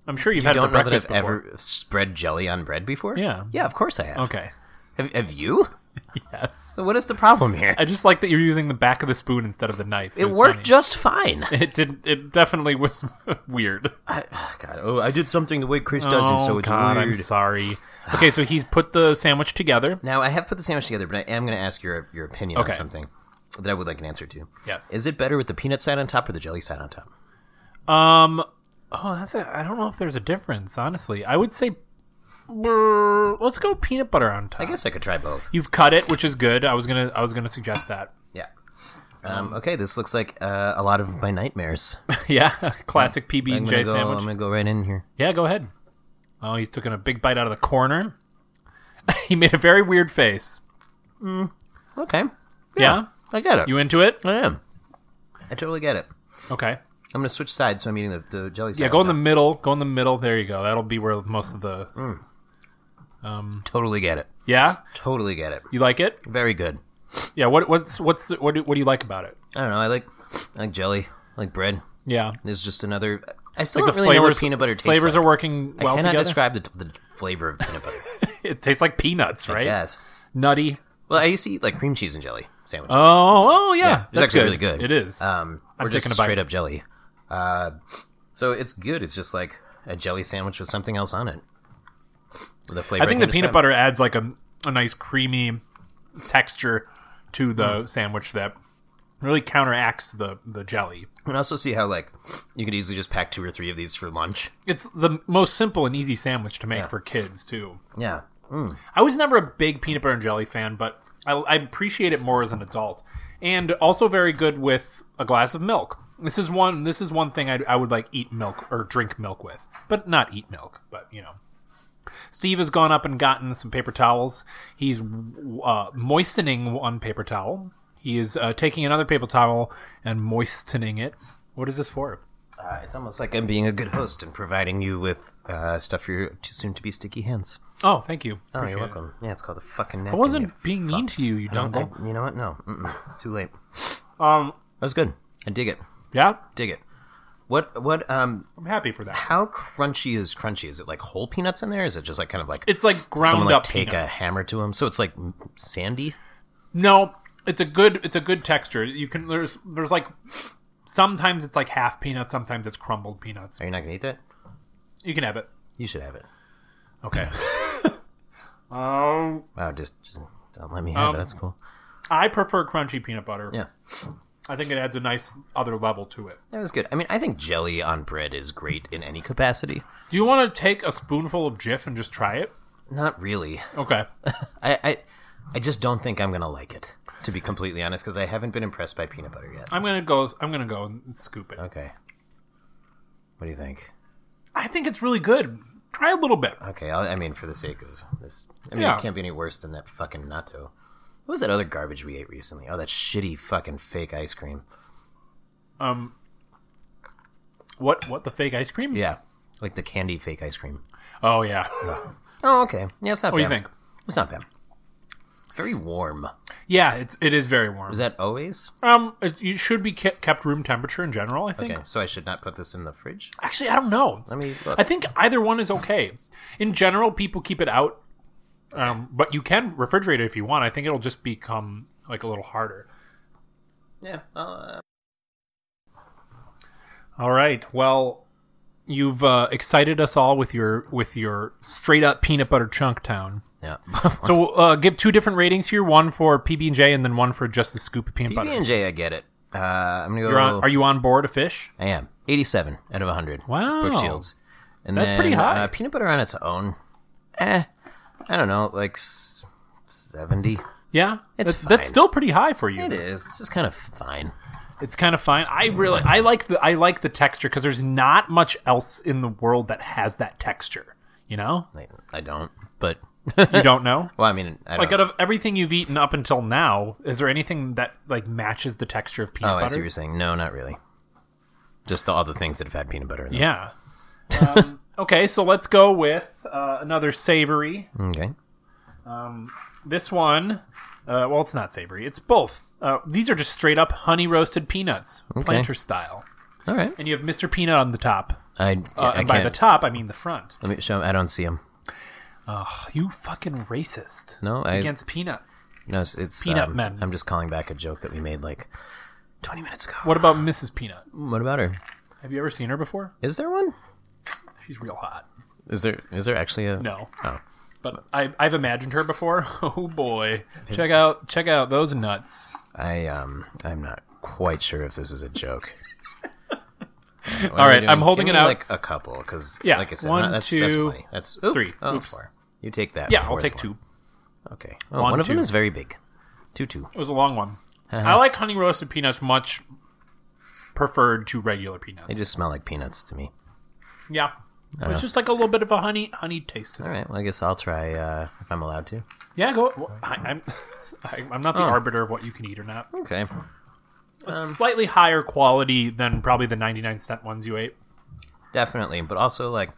A: I'm sure you've had it
B: don't
A: for
B: know that
A: breakfast
B: I've
A: before.
B: ever spread jelly on bread before.
A: Yeah.
B: yeah, of course I have.
A: Okay.
B: Have, have you?
A: Yes.
B: So what is the problem here?
A: I just like that you're using the back of the spoon instead of the knife.
B: it
A: was
B: worked
A: funny.
B: just fine.
A: It did. It definitely was <laughs> weird.
B: I, God, <laughs> oh, I did something the way Chris doesn't, so it's
A: Oh, God,
B: weird.
A: I'm sorry. Okay, so he's put the sandwich together.
B: Now I have put the sandwich together, but I am going to ask your your opinion
A: Okay.
B: on something that I would like an answer to.
A: Yes.
B: Is it better with the peanut side on top or the jelly side on top?
A: Um. Oh, that's. A, I don't know if there's a difference. Honestly, I would say. brr, Let's go peanut butter on top.
B: I guess I could try both.
A: you've cut it, which is good. I was gonna. I was gonna suggest that. <laughs>
B: Yeah. Um, okay, this looks like uh, a lot of my
A: <laughs>
B: nightmares.
A: yeah, classic PB
B: I'm
A: and
B: gonna
A: J
B: go,
A: sandwich.
B: I'm gonna go right in here.
A: Yeah, go ahead. Oh, he's taking a big bite out of the corner. <laughs> he made a very weird face.
B: Okay,
A: Yeah.
B: I get it.
A: you into it?
B: I am. I totally get it.
A: Okay.
B: I'm gonna switch sides, so I'm eating the, the jelly side.
A: Yeah, go in
B: on
A: the middle. Go in the middle. There you go. That'll be where most of the.
B: Mm. top. Totally get it.
A: Yeah,
B: Totally get it.
A: you like it?
B: Very good.
A: Yeah. What? What's? What's? What do? What do you like about it?
B: I don't know. I like I like jelly. I like bread.
A: Yeah.
B: There's just another. I still
A: Like
B: don't really know what peanut butter tastes
A: flavors
B: like.
A: are working well
B: I cannot
A: together.
B: describe the, the flavor of peanut butter.
A: it tastes like peanuts, <laughs> right?
B: Yes.
A: Nutty.
B: Well, I used to eat like cream cheese and jelly sandwiches.
A: Oh, oh yeah.
B: it's
A: That's
B: actually
A: good.
B: really good.
A: It is.
B: Um, or
A: I'm
B: just
A: taking a bite.
B: straight up jelly. Uh, So it's good. It's just like a jelly sandwich with something else on it. The flavor.
A: I think the
B: can
A: peanut
B: describe.
A: butter adds like a, a nice creamy texture to the sandwich that really counteracts the, the jelly.
B: You can also see how like you could easily just pack two or three of these for lunch.
A: It's the most simple and easy sandwich to make for kids too.
B: Yeah.
A: I was never a big peanut butter and jelly fan, but I, I appreciate it more as an adult, and also very good with a glass of milk. This is one. This is one thing I, I would like eat milk or drink milk with, but not eat milk. But you know, Steve has gone up and gotten some paper towels. He's uh, moistening one paper towel. He is uh, taking another paper towel and moistening it. What is this for?
B: Uh, it's almost like I'm being a good host and providing you with uh, stuff for your too soon to be sticky hands.
A: Oh, thank you.
B: Oh,
A: Appreciate
B: you're
A: it.
B: welcome. Yeah, it's called a fucking napkin.
A: I wasn't
B: you
A: being
B: fuck.
A: mean to you, you
B: I don't-
A: dungle.
B: I- you know what? No. Mm-mm. Too late.
A: <laughs> Um,
B: That's good. I dig it.
A: yeah,
B: Dig it. What? What? Um.
A: I'm happy for that.
B: How crunchy is crunchy? Is it like whole peanuts in there? Is it just like kind of like
A: It's like ground
B: someone like
A: up
B: take
A: peanuts.
B: a hammer to them? So it's like m- sandy.
A: No, it's a good it's a good texture. You can there's there's like sometimes it's like half peanuts, sometimes it's crumbled peanuts.
B: Are you not gonna eat that?
A: You can have it.
B: You should have it.
A: Okay. um,
B: Wow. Just, just don't let me have
A: Um,
B: it. That's cool.
A: <laughs> I prefer crunchy peanut butter.
B: Yeah.
A: I think it adds a nice other level to it.
B: That was good. I mean, I think jelly on bread is great in any capacity.
A: Do you want to take a spoonful of Jif and just try it?
B: Not really.
A: Okay.
B: I, I, I just don't think I'm gonna like it. To be completely honest, because I haven't been impressed by peanut butter yet.
A: I'm gonna go. I'm gonna go and scoop it.
B: Okay. What do you think?
A: I think it's really good. Try a little bit.
B: Okay, I'll, I mean, for the sake of this, I mean,
A: Yeah.
B: it can't be any worse than that fucking natto. What was that other garbage we ate recently? Oh, that shitty fucking fake ice cream.
A: Um, what what the fake ice cream?
B: Yeah, like the candy fake ice cream.
A: Oh yeah. <laughs>
B: Oh, okay. Yeah, it's not
A: what do
B: bad.
A: you think?
B: It's not bad. Very warm.
A: Yeah, it's it is very warm.
B: Is that always?
A: Um, it, it should be kept, kept room temperature in general. I think.
B: Okay, so I should not put this in the fridge?
A: Actually, I don't know.
B: Let me look.
A: I think either one is okay. In general, people keep it out, um, but you can refrigerate it if you want. I think it'll just become like a little harder.
B: yeah. Uh,
A: All right. Well, you've uh, excited us all with your with your straight up peanut butter chunk town.
B: <laughs> yeah.
A: So uh, give two different ratings here: one for PB and J, and then one for just the scoop of peanut butter.
B: PB&J, I get it. Uh, I'm going to go.
A: You're on, are you on board a fish?
B: I am. 87 out of 100.
A: Wow.
B: Brooke Shields. And
A: That's
B: then,
A: pretty high.
B: Uh, peanut butter on its own. Eh. I don't know, like s- 70.
A: Yeah,
B: It's
A: that's, that's
B: fine.
A: still pretty high for you.
B: It is. It's just kind of fine.
A: It's kind of fine. I really I like the I like the texture because there's not much else in the world that has that texture. You know,
B: I, I don't, but. <laughs>
A: you don't know.
B: well, I mean, I don't.
A: Like out of everything you've eaten up until now, is there anything that like matches the texture of peanut
B: oh, I see what
A: butter?
B: you're saying. No, not really. Just all the things that have had peanut butter in them.
A: Yeah. um, <laughs> okay, so let's go with uh, another savory.
B: Okay.
A: This one, uh, well, it's not savory. It's both. Uh, these are just straight up honey roasted peanuts, planter style,
B: All right.
A: and you have Mr. Peanut on the top.
B: I,
A: Uh,
B: I
A: and by
B: can't.
A: the top, I mean the front.
B: let me show 'em. I don't see them.
A: You fucking racist.
B: No, I.
A: against peanuts.
B: no, it's, it's
A: Peanut
B: um,
A: Men.
B: I'm just calling back a joke that we made like 20 minutes ago.
A: What about Mrs. Peanut?
B: What about her?
A: Have you ever seen her before?
B: Is there one?
A: She's real hot.
B: Is there is there actually a
A: No,
B: Oh.
A: but I, I've imagined her before. <laughs> Oh boy, check out check out those nuts.
B: I um I'm not quite sure if this is
A: <laughs>
B: a joke. All
A: right, I'm holding it out.
B: Like a couple, because
A: Yeah,
B: like I said,
A: one,
B: no, that's, that's
A: two,
B: funny. That's oop,
A: three.
B: Oh,
A: Oops.
B: four. You take that.
A: Yeah, I'll
B: fourth
A: take
B: one.
A: two.
B: Okay. Oh,
A: One,
B: one of them
A: two.
B: is very big. Two two.
A: It was a long one.
B: Uh-huh.
A: I like honey roasted peanuts much preferred to regular
B: They
A: peanuts.
B: just smell like peanuts to me.
A: Yeah,
B: Uh-huh.
A: it's just like a little bit of a honey honey taste. To
B: All
A: it.
B: right. Well, I guess I'll try uh, if I'm allowed to.
A: Yeah, go. well, I, I'm <laughs> I, I'm
B: Oh.
A: not the arbiter of what you can eat or not.
B: Okay.
A: It's
B: Um.
A: slightly higher quality than probably the 99 cent ones you ate.
B: Definitely, but also like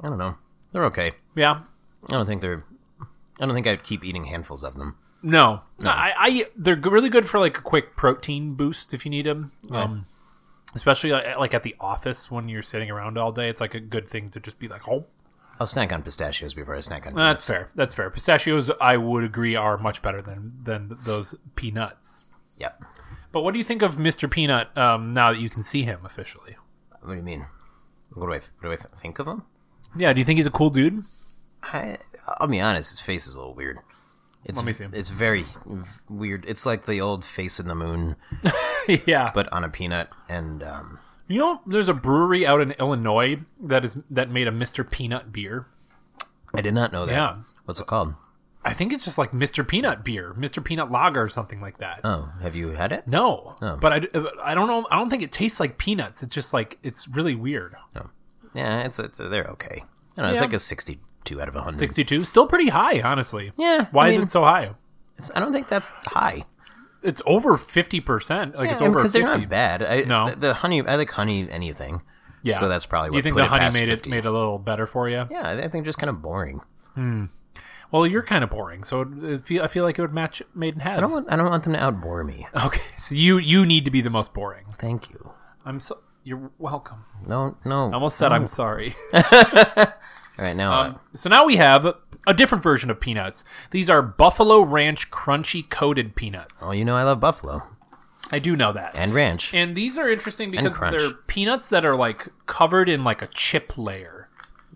B: I don't know. They're okay.
A: Yeah,
B: I don't think they're. I don't think I'd keep eating handfuls of them.
A: No, I, I they're g- really good for like a quick protein boost if you need them. Um, especially uh, like at the office when you're sitting around all day, it's like a good thing to just be like, oh,
B: I'll snack on pistachios before I snack on. Peanuts.
A: that's fair. That's fair. Pistachios, I would agree, are much better than than those peanuts.
B: Yep.
A: But what do you think of Mr. Peanut um, now that you can see him officially?
B: What do you mean? What do I what do I th- think of him?
A: Yeah, do you think he's a cool dude?
B: I, I'll be honest. His face is a little weird. It's
A: Let me see him.
B: it's very weird. It's like the old face in the moon,
A: <laughs> yeah.
B: but on a peanut. And um,
A: You know, there's a brewery out in Illinois that is that made a Mr. Peanut beer.
B: I did not know that.
A: Yeah.
B: What's it called?
A: I think it's just like Mr. Peanut beer, Mr. Peanut Lager or something like that.
B: Oh, have you had it?
A: no,
B: Oh.
A: but I, d- uh, I don't know. I don't think it tastes like peanuts. It's just like it's really weird.
B: No. Yeah, it's it's they're okay. I don't know, It's
A: Yeah.
B: like a sixty-two out of hundred.
A: 62, still pretty high, honestly.
B: Yeah,
A: Why
B: I
A: is
B: mean-
A: it so high?
B: It's- I don't think that's high.
A: It's over 50%. Like it's
B: Yeah,
A: over 50.
B: they're not bad. I,
A: No.
B: the, the honey. I like honey anything.
A: Yeah.
B: So that's probably
A: Do
B: what
A: you think
B: put
A: the
B: it
A: honey
B: past
A: made it
B: 50.
A: made it a little better for you?
B: Yeah, I think just kind of boring.
A: Well, you're kind of boring, so it- it feel, I feel like it would match Made in
B: I don't
A: Heaven.
B: want. I don't want them to outbore me.
A: Okay, <laughs> so you you need to be the most boring.
B: Thank you.
A: I'm so you're welcome.
B: No, no.
A: I almost said
B: Oh.
A: I'm sorry. <laughs>
B: All right now. uh,
A: So now we have a different version of peanuts. These are Buffalo Ranch crunchy coated peanuts.
B: well, you know I love buffalo
A: I do know that.
B: and ranch.
A: And these are interesting because
B: crunch.
A: they're peanuts that are like covered in like a chip layer.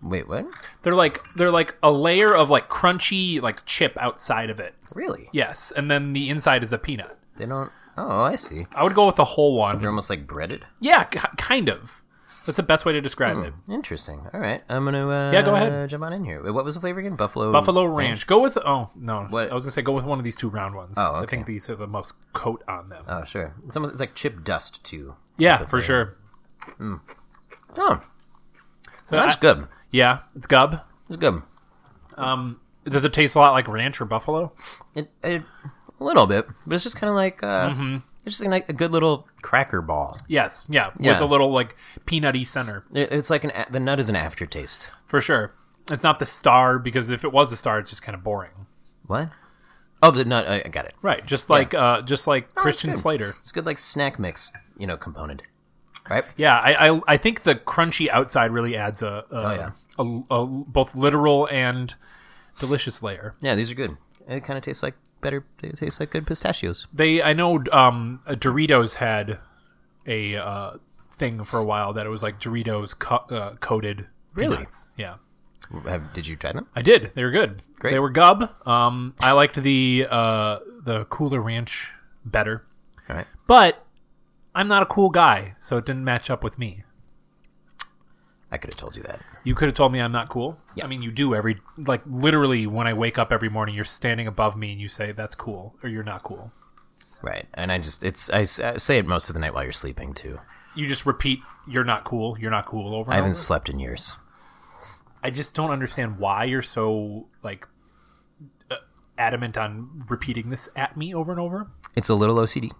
B: Wait, what?
A: They're like they're like a layer of like crunchy like chip outside of it.
B: Really?
A: Yes, and then the inside is a peanut.
B: They don't. Oh, I see.
A: I would go with the whole one.
B: They're almost like breaded.
A: Yeah, k- kind of. That's the best way to
B: Hmm.
A: describe it.
B: Interesting. All right, I'm gonna. Uh,
A: Yeah, go ahead.
B: Jump on in here. Wait, What was the flavor again? Buffalo.
A: Buffalo Ranch. Go with oh no,
B: Hmm. What- Oh,
A: I was gonna say go with one of these two round ones. 'cause I
B: okay.
A: think these have the most coat on them.
B: Oh, sure. It's almost. It's like chip dust too.
A: yeah, for sure.
B: Oh,
A: So
B: that's
A: I-
B: good.
A: Yeah, it's gub.
B: It's good.
A: Does it taste a lot like ranch or buffalo?
B: It, it a little bit, but it's just kind of like uh,
A: Mm-hmm.
B: it's just like a good little cracker ball.
A: Yes, yeah, with a
B: Yeah.
A: little like peanutty center
B: It, it's like an a- the nut is an aftertaste.
A: for sure. It's not the star because if it was a star, it's just kind of boring.
B: What? Oh, the nut. I, I got it.
A: Right, just like uh, just like Christian
B: good.
A: Slater.
B: It's good, like snack mix, you know, component. Right?
A: Yeah, I, I I think the crunchy outside really adds a, a,
B: Oh, yeah.
A: a, a both literal and delicious layer.
B: Yeah, these are good. It kind of tastes like better. They taste like good pistachios.
A: They, I know, um, Doritos had a uh, thing for a while that it was like Doritos co- uh, coated.
B: Really?
A: peanuts. Yeah,
B: Have, did you try them?
A: I did. They were good.
B: Great.
A: They were gub. Um, I liked the uh, the Cooler Ranch better,
B: All right.
A: but I'm not a cool guy, so it didn't match up with me.
B: I could have told you that.
A: You could have told me I'm not cool. I mean, you do every like literally when I wake up every morning, you're standing above me and you say that's cool or you're not cool.
B: Right. And I just, it's, I, s- I say it most of the night while you're sleeping too.
A: You just repeat you're not cool, you're not cool over.
B: I
A: and
B: haven't
A: over.
B: slept in years.
A: I just don't understand why you're so like uh, adamant on repeating this at me over and over.
B: It's a little OCD,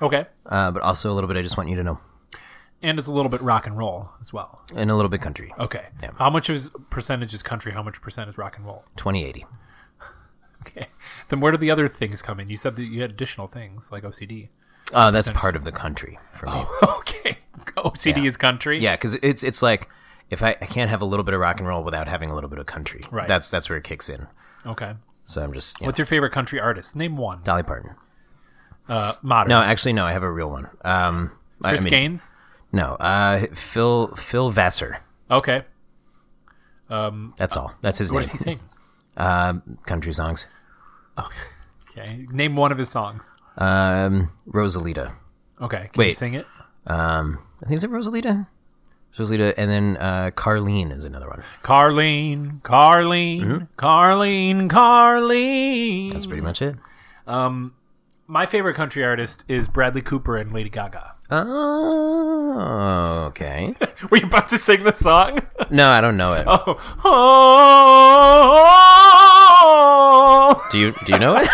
A: Okay,
B: uh, but also a little bit I just want you to know.
A: and it's a little bit rock and roll as well.
B: And a little bit country.
A: Okay,
B: Yeah.
A: how much is percentage is country? How much percent is rock and roll?
B: 2080.
A: Okay, <laughs> then where do the other things come in? You said that you had additional things like OCD.
B: Uh, that's part of the country for me.
A: <laughs> Oh. okay, OCD is country.
B: Yeah, because it's it's like if I, I can't have a little bit of rock and roll without having a little bit of country.
A: Right.
B: That's that's where it kicks in.
A: Okay.
B: So I'm just you know,
A: What's your favorite country artist? Name one.
B: Dolly Parton.
A: Uh, modern.
B: No, actually, no. I have a real one. Um, I-
A: Chris
B: I mean,
A: Gaines.
B: No, uh, Phil Phil Vassar.
A: Okay.
B: That's all. That's his
A: What
B: name.
A: does he
B: <laughs>
A: sing?
B: Um, country songs.
A: Okay. Name one of his songs.
B: Um, Rosalita.
A: Okay. Can you
B: Wait.
A: sing it?
B: Um, I think is it Rosalita. Rosalita, and then uh, Carlene is another one.
A: Carlene, Carlene, Carlene, Carlene.
B: Mm-hmm. That's pretty much it.
A: My favorite country artist is Bradley Cooper and Lady
B: <laughs>
A: Gaga.
B: Oh, okay.
A: Were you about to sing the song?
B: No, I don't know it.
A: <laughs> oh, oh,
B: Do you do
A: <laughs>
B: you know it?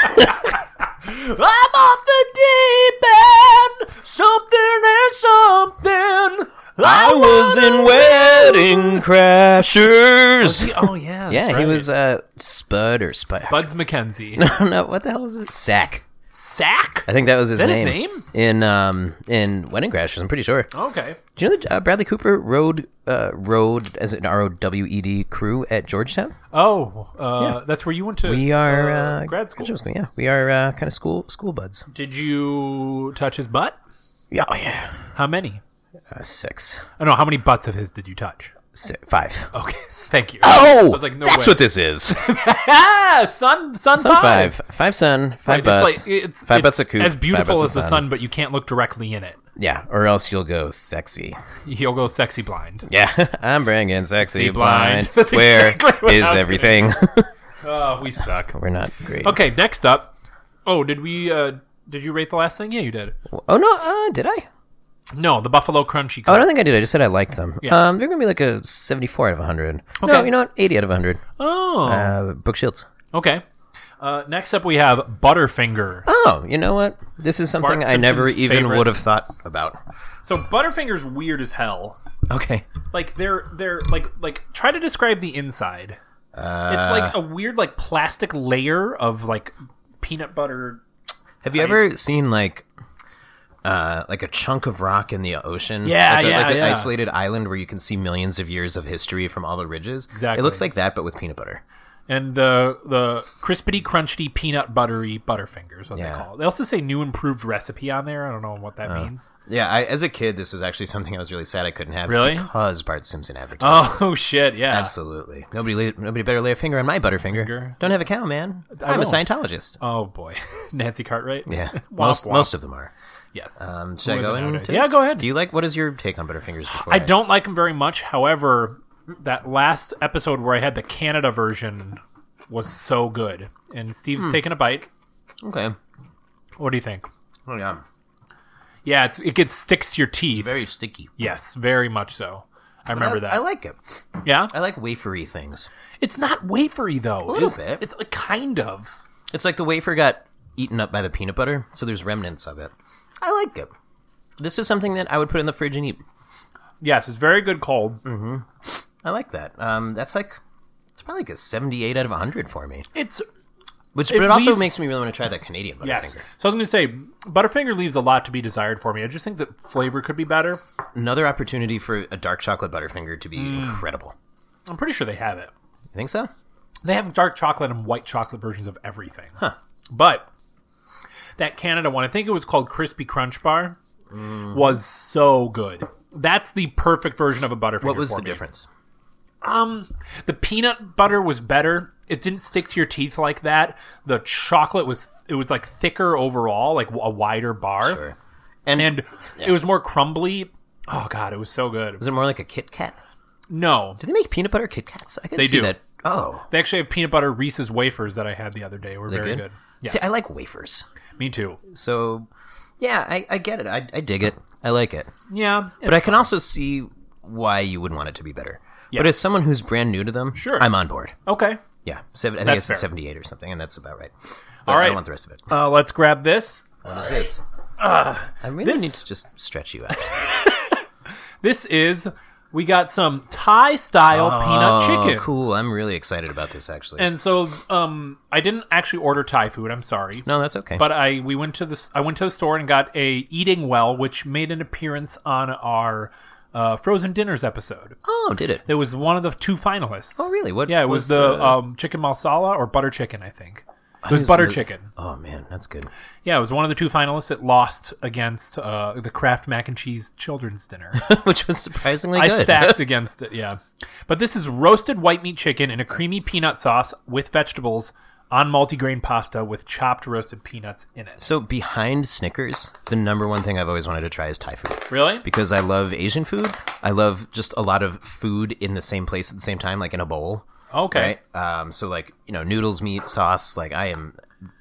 A: I'm off the deep end, something and something.
B: I was in Wedding Crashers.
A: <laughs> Oh yeah, that's
B: Yeah, he
A: right.
B: was uh, Spud or Spud.
A: Buds McKenzie.
B: <laughs> I don't know what the hell was it. Sack.
A: Sack.
B: I think that was his
A: That his
B: name.
A: name?
B: in um in Wedding Crashers. I'm pretty sure.
A: Okay.
B: Do you know that uh, Bradley Cooper rode uh, rode as an R O W E D crew at Georgetown?
A: Oh, uh, that's where you went to.
B: We are
A: uh,
B: uh,
A: grad school.
B: Yeah, we are uh, kind of school school buds.
A: Did you touch his butt?
B: Yeah, oh, yeah.
A: How many?
B: Uh, six.
A: I know how many butts of his did you touch?
B: Si five.
A: Okay, <laughs> thank you.
B: Oh,
A: was like, no
B: that's
A: way.
B: what
A: <laughs>
B: this is.
A: ah, sun, sun,
B: Sun
A: five.
B: five. Five sun, five
A: Right, it's
B: butts.
A: like it's,
B: five
A: it's
B: butts a coop.
A: as
B: five
A: beautiful
B: butts
A: as
B: a
A: the sun, but you can't look directly in it.
B: Yeah, or else you'll go sexy.
A: You'll go sexy blind.
B: Yeah, <laughs> I'm bringing sexy
A: Sexy blind.
B: blind.
A: <laughs> That's
B: Where
A: exactly what I
B: is
A: was gonna-
B: everything?
A: Oh, we suck.
B: <laughs> We're not great.
A: Okay, next up. Oh, did we? uh Did you rate the last thing? Yeah, you did.
B: Oh no, uh, did I?
A: No, the Buffalo Crunchy.
B: Oh, I
A: Cup.
B: don't think I did. I just said I liked them.
A: Yes.
B: Um, they're gonna be like a seventy-four out of hundred. No,
A: Okay.
B: you know what? Eighty out of hundred.
A: Oh,
B: Uh, Book Shields.
A: okay. Uh, next up, we have Butterfinger.
B: Oh, you know what? This is something I
A: Simpson's
B: never even
A: favorite.
B: would have thought about.
A: So Butterfinger's weird as hell.
B: Okay.
A: Like they're they're like like try to describe the inside.
B: Uh,
A: It's like a weird like plastic layer of like peanut butter.
B: Have you ever seen like uh, like a chunk of rock in the ocean?
A: Yeah,
B: like a,
A: yeah,
B: like an
A: yeah.
B: isolated island where you can see millions of years of history from all the ridges.
A: Exactly.
B: It looks like that, but with peanut butter.
A: And the the crispity crunchy peanut buttery Butterfingers what
B: Yeah.
A: they call it. They also say new improved recipe on there. I don't know what that means.
B: Yeah, I, as a kid, this was actually something I was really sad I couldn't have.
A: Really?
B: Because Bart Simpson advertised.
A: Oh <laughs> shit! Yeah,
B: Absolutely. Nobody, lay, nobody better lay a finger on my butterfinger.
A: Finger.
B: Don't have a cow, man.
A: I
B: I'm a
A: won't.
B: Scientologist.
A: Oh boy, <laughs> Nancy Cartwright.
B: Yeah, <laughs>
A: Womp
B: most
A: womp.
B: most of them are.
A: Yes.
B: Um,
A: Who
B: should I
A: is
B: go
A: it
B: into
A: nowadays?
B: this?
A: Yeah, go ahead.
B: Do you like? What is your take on butterfingers? Before
A: I don't like him very much. However, that last episode where I had the Canada version was so good. And Steve's
B: Hmm.
A: taking a bite.
B: Okay.
A: What do you think?
B: Oh yeah.
A: Yeah, it's, it gets sticks to your teeth.
B: Very sticky. Oh,
A: yes, very much so. I remember that.
B: I like it.
A: yeah,
B: I like wafery things.
A: it's not wafery though.
B: little
A: is it?
B: bit.
A: It's a kind of.
B: It's like the wafer got eaten up by the peanut butter, so there's remnants of it. I like it. This is something that I would put in the fridge and eat.
A: Yes, it's very good cold.
B: Hmm. I like that. Um, that's like it's probably like a 78 out of 100 for me.
A: It's
B: Which, but it also
A: leaves-
B: makes me really want to try that Canadian butterfinger.
A: yes. So I was going to say, Butterfinger leaves a lot to be desired for me. I just think that flavor could be better.
B: Another opportunity for a dark chocolate butterfinger to be
A: Hmm.
B: incredible.
A: I'm pretty sure they have it.
B: You think so?
A: They have dark chocolate and white chocolate versions of everything. But that Canada one, I think it was called Crispy Crunch Bar, was so good. That's the perfect version of a butterfinger.
B: What was
A: for
B: the
A: me.
B: difference?
A: Um, the peanut butter was better. It didn't stick to your teeth like that. The chocolate was it was like thicker overall, like a wider bar,
B: Sure. And,
A: and it was more crumbly. Oh god, it was so good.
B: was it more like a Kit Kat?
A: No,
B: Do they make peanut butter Kit Kats? I could
A: They
B: see
A: do.
B: that. Oh,
A: they actually have peanut butter Reese's wafers that I had the other day. Were
B: they're
A: very good.
B: good.
A: Yes,
B: See, I like wafers,
A: me too.
B: so yeah, I, I get it. I, I dig it. I like it.
A: Yeah,
B: but I can also see why you would want it to be better. But
A: Yes.
B: as someone who's brand new to them,
A: Sure.
B: I'm on board.
A: okay.
B: Yeah, seven, I think
A: That's
B: it's
A: fair.
B: at 78 or something, and that's about right. But
A: All
B: I
A: right.
B: don't want the rest of it.
A: Uh, let's grab this.
B: What is this? I really
A: Ah. this-
B: need to just stretch you out.
A: This is we got some Thai style peanut chicken.
B: Oh, cool. I'm really excited about this, actually.
A: And so um I didn't actually order Thai food, I'm sorry.
B: no, that's okay.
A: But I we went to this I went to the store and got a eating well which made an appearance on our uh, frozen dinners episode.
B: oh, did it?
A: It was one of the two finalists.
B: Oh, really? What
A: Yeah, it was,
B: was
A: the,
B: the-
A: um, chicken masala or butter chicken, I think. It was
B: just
A: butter
B: really-
A: chicken.
B: Oh, man, that's good. <laughs>
A: Yeah, it was one of the two finalists that lost against uh, the Kraft mac and cheese children's
B: <laughs>
A: dinner.
B: Which was surprisingly
A: I
B: good. <laughs>
A: stacked against it, yeah. But this is roasted white meat chicken in a creamy peanut sauce with vegetables on multigrain pasta with chopped roasted peanuts in it.
B: so behind Snickers, the number one thing I've always wanted to try is Thai food.
A: Really?
B: because I love Asian food. I love just a lot of food in the same place at the same time, like in a bowl.
A: Okay.
B: Right? Um, so like you know noodles, meat, sauce. Like I am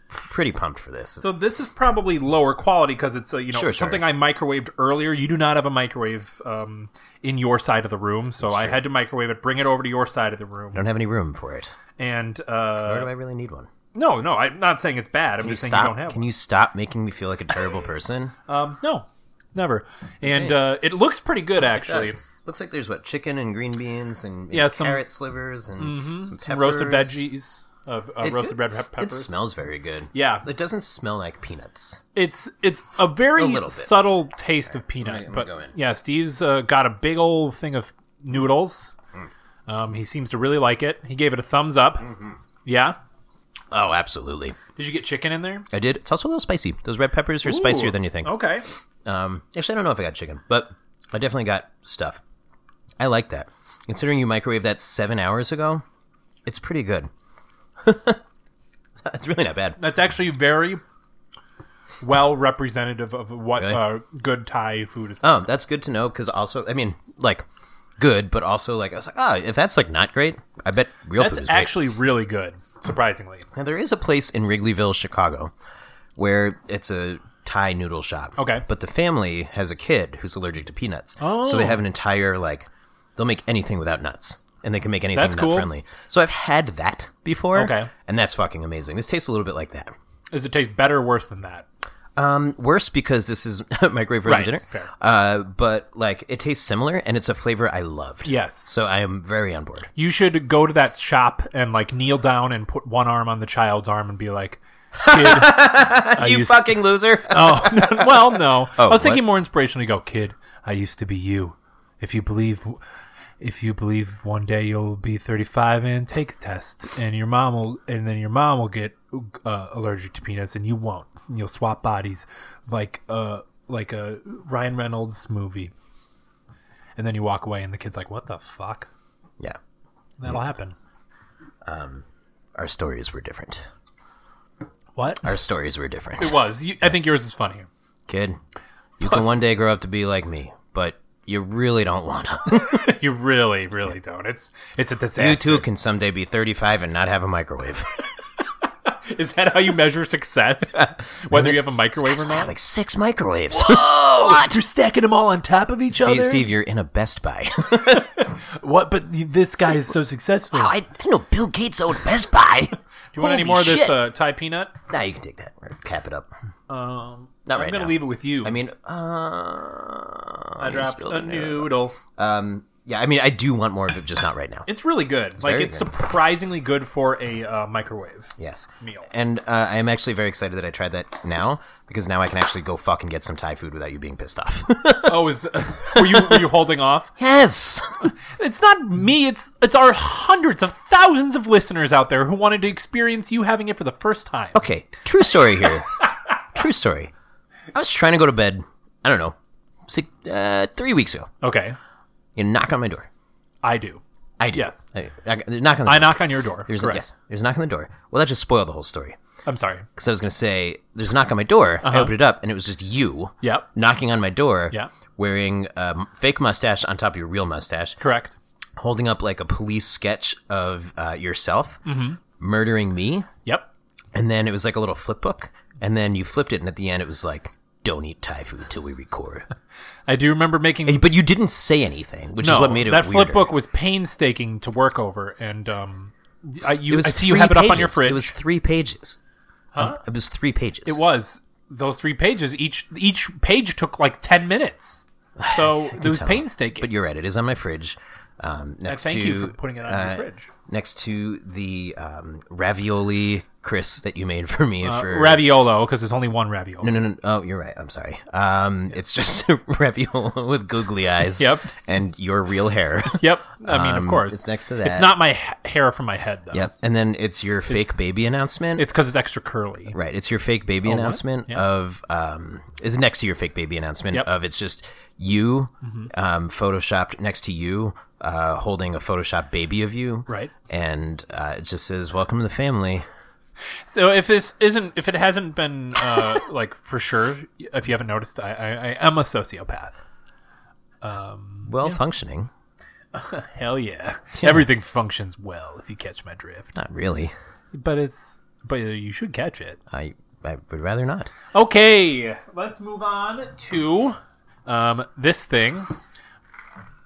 B: pretty pumped for this.
A: So this is probably lower quality because it's a, you know
B: Sure, sure.
A: something I microwaved earlier. You do not have a microwave um, in your side of the room, so I had to microwave it, bring it over to your side of the
B: I
A: room,
B: don't have any room for it.
A: and
B: Where
A: uh,
B: do I really need one?
A: no, no, I'm not saying it's bad. I'm
B: Can you
A: just saying
B: stop?
A: you don't have.
B: Can you stop making me feel like a terrible person?
A: Um, no, never. And uh, it looks pretty good actually.
B: Guys, looks like there's what chicken and green beans and, and
A: Yeah, some- Mm-hmm.
B: carrot slivers and some,
A: Some roasted
B: peppers.
A: veggies, uh, uh,
B: It-
A: roasted
B: it-
A: red pep-
B: It
A: peppers.
B: smells very good.
A: Yeah.
B: it doesn't smell like peanuts.
A: It's it's a very
B: little bit.
A: subtle taste of peanut,
B: I'm
A: but
B: gonna go in.
A: yeah, Steve's uh, got a big old thing of noodles.
B: Hmm.
A: Um, he seems to really like it. He gave it a thumbs up.
B: Mm-hmm.
A: Yeah.
B: Oh, absolutely.
A: Did you get chicken in there?
B: I did. It's also a little spicy. Those red peppers are spicier
A: Ooh,
B: than you think.
A: Okay.
B: Um, actually, I don't know if I got chicken, but I definitely got stuff. I like that. Considering you microwaved that seven hours ago, it's pretty good. <laughs> it's really not bad.
A: That's actually very well representative of what
B: Really?
A: uh, good Thai food is.
B: Oh, that's good to know because also, I mean, like, good, but also, like, I was like, oh, if that's, like, not great, I bet real
A: That's
B: food is great.
A: actually really good, surprisingly.
B: Now, there is a place in Wrigleyville, Chicago, where it's a Thai noodle shop.
A: Okay.
B: But the family has a kid who's allergic to peanuts. Oh. So they have an entire, like, they'll make anything without nuts. And they can make anything
A: That's
B: nut
A: cool.
B: friendly. So I've had that before.
A: Okay.
B: And that's fucking amazing. This tastes a little bit like that.
A: Does it taste better or worse than that?
B: Um, worse because this is <laughs> microwave frozen
A: Right,
B: dinner.
A: fair.
B: Uh, but like it tastes similar, and it's a flavor I loved.
A: Yes.
B: So I am very on board.
A: You should go to that shop and like kneel down and put one arm on the child's arm and be like,
B: <laughs>
A: "Kid, I
B: you
A: used- <laughs>
B: fucking loser! <laughs>
A: Oh no, well, no. I was thinking
B: what?
A: more inspirational. You go, kid. I used to be you. If you believe, if you believe, one day you'll be thirty-five and take a test, and your mom will, and then your mom will get uh, allergic to peanuts, and you won't. And you'll swap bodies, like uh, like a Ryan Reynolds movie. And then you walk away, and the kid's like, "What the fuck?"
B: yeah, Mm.
A: That'll happen.
B: our stories were different.
A: What?
B: Our stories were different.
A: It was. You, I think yours is funnier.
B: Kid, you can one day grow up to be like me, but you really don't want to.
A: You really, really don't. It's it's a
B: you
A: disaster.
B: too can someday be 35 and not have
A: <laughs>
B: a microwave.
A: Is that how you measure <laughs> success? Whether you have a microwave or
B: I have
A: not?
B: like six microwaves. <laughs>
A: What? You're stacking them all on top of each
B: Steve, Steve, you're in a Best Buy.
A: What? But you- this guy is so successful.
B: <laughs> I, I know Bill Gates owned Best
A: <laughs>
B: Buy. Do
A: you want any more of this uh, Thai peanut?
B: Nah, you can take that. Or cap it up.
A: Um,
B: Not
A: I'm
B: right
A: gonna
B: now.
A: leave it with you.
B: I mean, uh, I
A: I dropped a noodle.
B: Um, yeah, I mean, I do want more of it, just not right now.
A: It's really good. like
B: very
A: it's
B: good.
A: surprisingly good for a uh,
B: <laughs>
A: microwave.
B: Yes.
A: Meal.
B: And uh, I am actually very excited that I tried that now because now I can actually go fuck and get some Thai food without you being pissed off. <laughs>
A: Oh, is <laughs> were you were you holding off?
B: yes.
A: It's not me. It's it's our hundreds of thousands of listeners out there who wanted to experience you having it for the first time.
B: Okay. True story here. True story. I was trying to go to bed. I don't know, six, uh, three weeks ago.
A: Okay,
B: You knock on my door.
A: I do.
B: I do.
A: Yes.
B: I, I, knock on the
A: I
B: door.
A: knock on your door.
B: There's a,
A: Correct.
B: yes. There's a knock on the door. Well, that just spoiled the whole story.
A: I'm sorry.
B: because I was going to say there's a knock on my door.
A: Uh-huh.
B: I opened it up and it was just you.
A: Yep.
B: Knocking on my door.
A: Yep.
B: Wearing a m- fake mustache on top of your real mustache,
A: Correct.
B: holding up like a police sketch of uh, yourself
A: Mm-hmm.
B: murdering me,
A: Yep.
B: and then it was like a little flip book, and then you flipped it, and at the end it was like, "Don't eat Thai food till we record." <laughs>
A: I do remember making
B: And- but you didn't say anything, which
A: no,
B: is what made it
A: that
B: weirder.
A: flip book was painstaking to work over, and um, I, you,
B: It was
A: I see you
B: three
A: have it up on your
B: pages.
A: fridge.
B: It was three pages. Huh? It was three pages.
A: It was. those three pages. Each each page took like ten
B: <sighs>
A: minutes, so it was
B: tell.
A: painstaking.
B: But you're right; it is on my fridge. Um, next
A: thank
B: to, uh,
A: you for putting it on your fridge.
B: Next to the um, ravioli, Chris, that you made <laughs> for me
A: Uh,
B: for
A: raviolo, because there's only one raviolo.
B: No, no, no. Oh, you're right. I'm sorry. Um, it's just <laughs> ravioli with googly
A: <laughs>
B: eyes.
A: Yep.
B: And your real
A: <laughs>
B: hair.
A: Yep. I mean, of
B: Um,
A: course.
B: it's next to
A: It's
B: that.
A: not my ha- hair from my head though.
B: Yep. And then it's your fake baby announcement.
A: It's because it's extra curly.
B: Right, it's your fake baby announcement
A: Oh, Yeah.
B: of um, is next to your fake baby announcement
A: Yep. Mm-hmm.
B: of it's just you, um, photoshopped next to you, uh, holding a photoshopped baby of you,
A: Right.
B: and uh, it just says "Welcome to the family."
A: So if this isn't, if it hasn't been uh, like for sure, if you haven't noticed, I, I, I am a sociopath.
B: Well functioning,
A: Hell yeah. Everything functions well if you catch my drift.
B: not really.
A: But it's but uh, you should catch it.
B: I I would rather not.
A: Okay, let's move on to um this thing.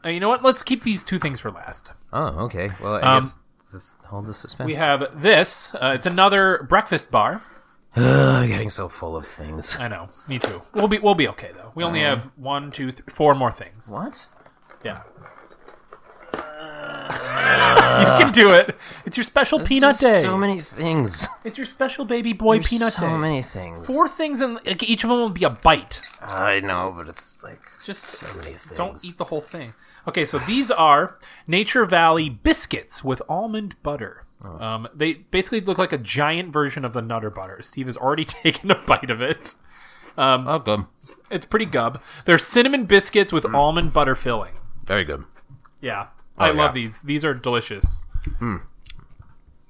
A: Uh, you know what? Let's keep these two things for last.
B: Oh, okay. Well, I guess just hold the suspense.
A: Um, We have this. Uh, it's another breakfast bar.
B: Ugh, getting so full of things.
A: I know. Me too. We'll be we'll be okay though. We only have one, two, three, four more things.
B: What?
A: Yeah. <laughs> you can do it. It's your special peanut
B: Just
A: day.
B: So many things.
A: it's your special baby boy
B: There's
A: peanut
B: so
A: day.
B: many things.
A: four things and like, each of them will be a bite.
B: I know, but it's like
A: Just
B: so many things.
A: Don't eat the whole thing. Okay, so these are Nature Valley biscuits with almond butter.
B: Oh.
A: Um, <laughs> they basically look like a giant version of the Nutter Butter. Steve has already taken a bite of it. Um,
B: Oh, good.
A: It's pretty gub. They're cinnamon biscuits with almond butter filling.
B: Very good.
A: Yeah, I
B: Mm. Oh,
A: love
B: yeah.
A: these. These are delicious.
B: I'm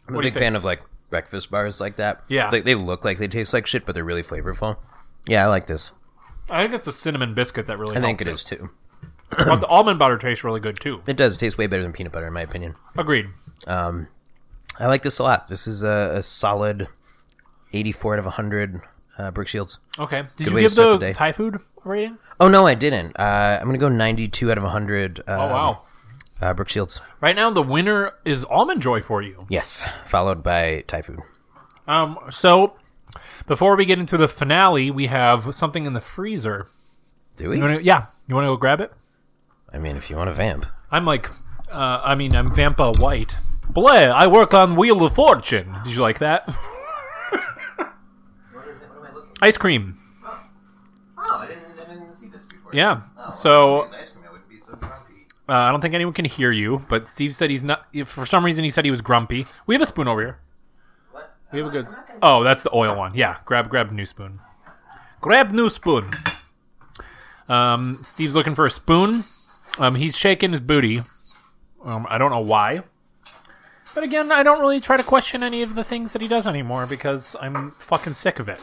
A: What do
B: a
A: you
B: big
A: think?
B: fan of like breakfast bars like that.
A: Yeah.
B: Like they look like they taste like shit, but they're really flavorful. Yeah, I like this.
A: I think it's a cinnamon biscuit that really.
B: I think it
A: helps
B: is too.
A: But the almond butter tastes really good too.
B: It does taste way better than peanut butter, in my opinion.
A: Agreed.
B: Um, I like this a lot. This is a, a solid 84 out of 100 uh, Brick Shields.
A: Okay. Did you
B: way to
A: give
B: start
A: the,
B: the day.
A: Thai food a rating?
B: Oh, no, I didn't. Uh, I'm going to go 92 out of 100 um,
A: Oh wow.
B: uh, Brick Shields.
A: Right now the winner is almond joy for you.
B: Yes, followed by Thai food.
A: Um. So before we get into the finale, we have something in the freezer.
B: Do we?
A: You wanna, yeah. You want to go grab it?
B: I mean, if you want to vamp.
A: I'm like, uh, I mean, I'm Vampa White. Blair, I work on Wheel of Fortune. Did you like that? Ice cream.
B: Oh, I didn't, I didn't see this before.
A: Yeah. So
B: ice cream, I wouldn't be so
A: uh, I don't think anyone can hear you, but Steve said he's not. if For some reason, he said he was grumpy. We have a spoon over here. We have a good. Oh, that's the oil one. Yeah, grab grab new spoon. Grab new spoon. Um, Steve's looking for a spoon. Um, he's shaking his booty. Um, I don't know why. But again, I don't really try to question any of the things that he does anymore because I'm fucking sick of it.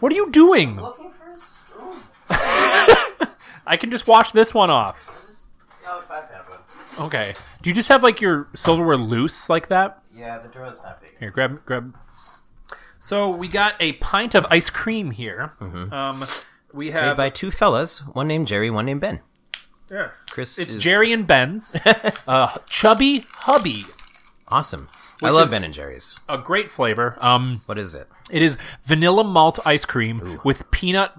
A: What are you doing?
E: Looking for a spoon.
A: <laughs> I can just wash this one off.
E: Just, oh, if I have one.
A: Okay. Do you just have like your silverware loose like that?
E: Yeah, the drawer's not big.
A: Here, grab, grab. So we got a pint of ice cream here.
B: Mm-hmm.
A: Um, we have
B: By two fellas, one named Jerry, one named Ben.
A: Yeah.
B: Chris
A: It's
B: is
A: Jerry and
B: <laughs>
A: Ben's uh, chubby hubby,
B: awesome. I love
A: is-
B: Ben and Jerry's.
A: a great flavor. Um,
B: What is it?
A: it is vanilla malt ice cream with peanut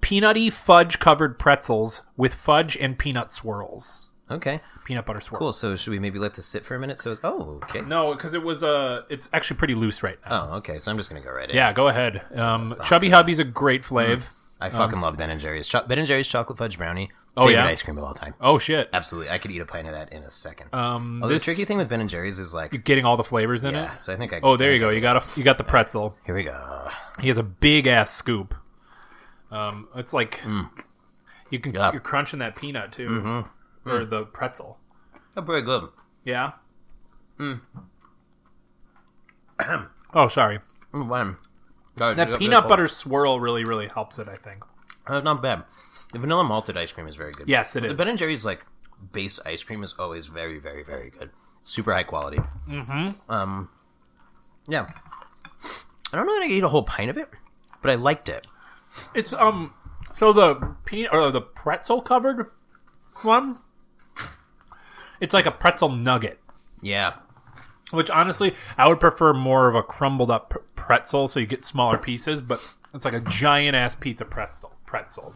A: peanutty fudge covered pretzels with fudge and peanut swirls,
B: Okay,
A: peanut butter swirls.
B: cool. So should we maybe let this sit for a minute? So it's, oh, okay.
A: No, because it was Uh, it's actually pretty loose right now.
B: Oh, okay. So I'm just gonna go right in.
A: Yeah, go ahead. Um, chubby hubby's a great flavor.
B: I fucking love Ben and Jerry's. Cho- ben and Jerry's chocolate fudge brownie.
A: Um, Oh,
B: favorite
A: yeah?
B: ice cream of all time.
A: Oh shit!
B: Absolutely, I could eat a pint of that in a second.
A: Um,
B: Although
A: this-
B: the tricky thing with Ben and Jerry's is like,
A: Getting all the flavors in
B: yeah.
A: it.
B: So I think I.
A: Oh, there
B: I
A: you
B: think
A: go.
B: I-
A: You got a you got the pretzel.
B: Here we go.
A: He has a big ass scoop. Um, it's like you can
B: Mm. Yeah. Mm-hmm. Mm.
A: you're crunching that peanut too, or the pretzel.
B: Oh, very good.
A: Yeah.
B: Mm.
A: <clears throat> oh, sorry.
B: Mm, wow. God,
A: That
B: that's
A: peanut
B: cool.
A: butter swirl really really helps it. I think.
B: That's Uh, not bad. The vanilla malted ice cream is very good.
A: Yes, it
B: the
A: is.
B: Ben and Jerry's like base ice cream is always very, very, very good. Super high quality. Mm-hmm. Um, yeah. I don't know that I could eat a whole pint of it, but I liked it.
A: It's um. So the peanut or the pretzel covered one. It's like a pretzel nugget.
B: Yeah.
A: Which honestly, I would prefer more of a crumbled up pr- pretzel, so you get smaller pieces. But it's like a giant ass pizza pretzel. Pretzel,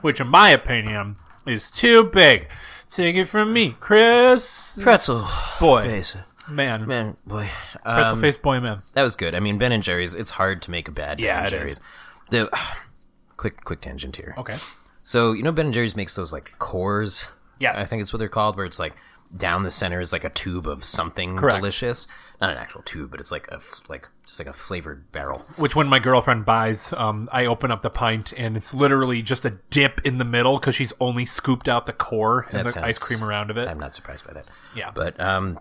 A: which in my opinion is too big. Take it from me, Chris.
B: Pretzel
A: boy,
B: face,
A: man,
B: man, boy.
A: pretzel
B: Um,
A: face boy, man.
B: that was good. I mean, Ben and Jerry's. It's hard to make a bad.
A: Yeah,
B: ben and
A: it
B: Jerry's.
A: is.
B: The <sighs> quick, quick tangent here.
A: Okay,
B: So you know, Ben and Jerry's makes those like cores.
A: Yes.
B: I think it's what they're called, where it's like down the center is like a tube of something
A: Correct.
B: delicious. Not an actual tube, but it's like a f- like just like a flavored barrel.
A: which when my girlfriend buys, um, I open up the pint and it's literally just a dip in the middle because she's only scooped out the core and
B: That
A: the
B: sounds-
A: ice cream around of it.
B: I'm not surprised by that.
A: Yeah.
B: but um,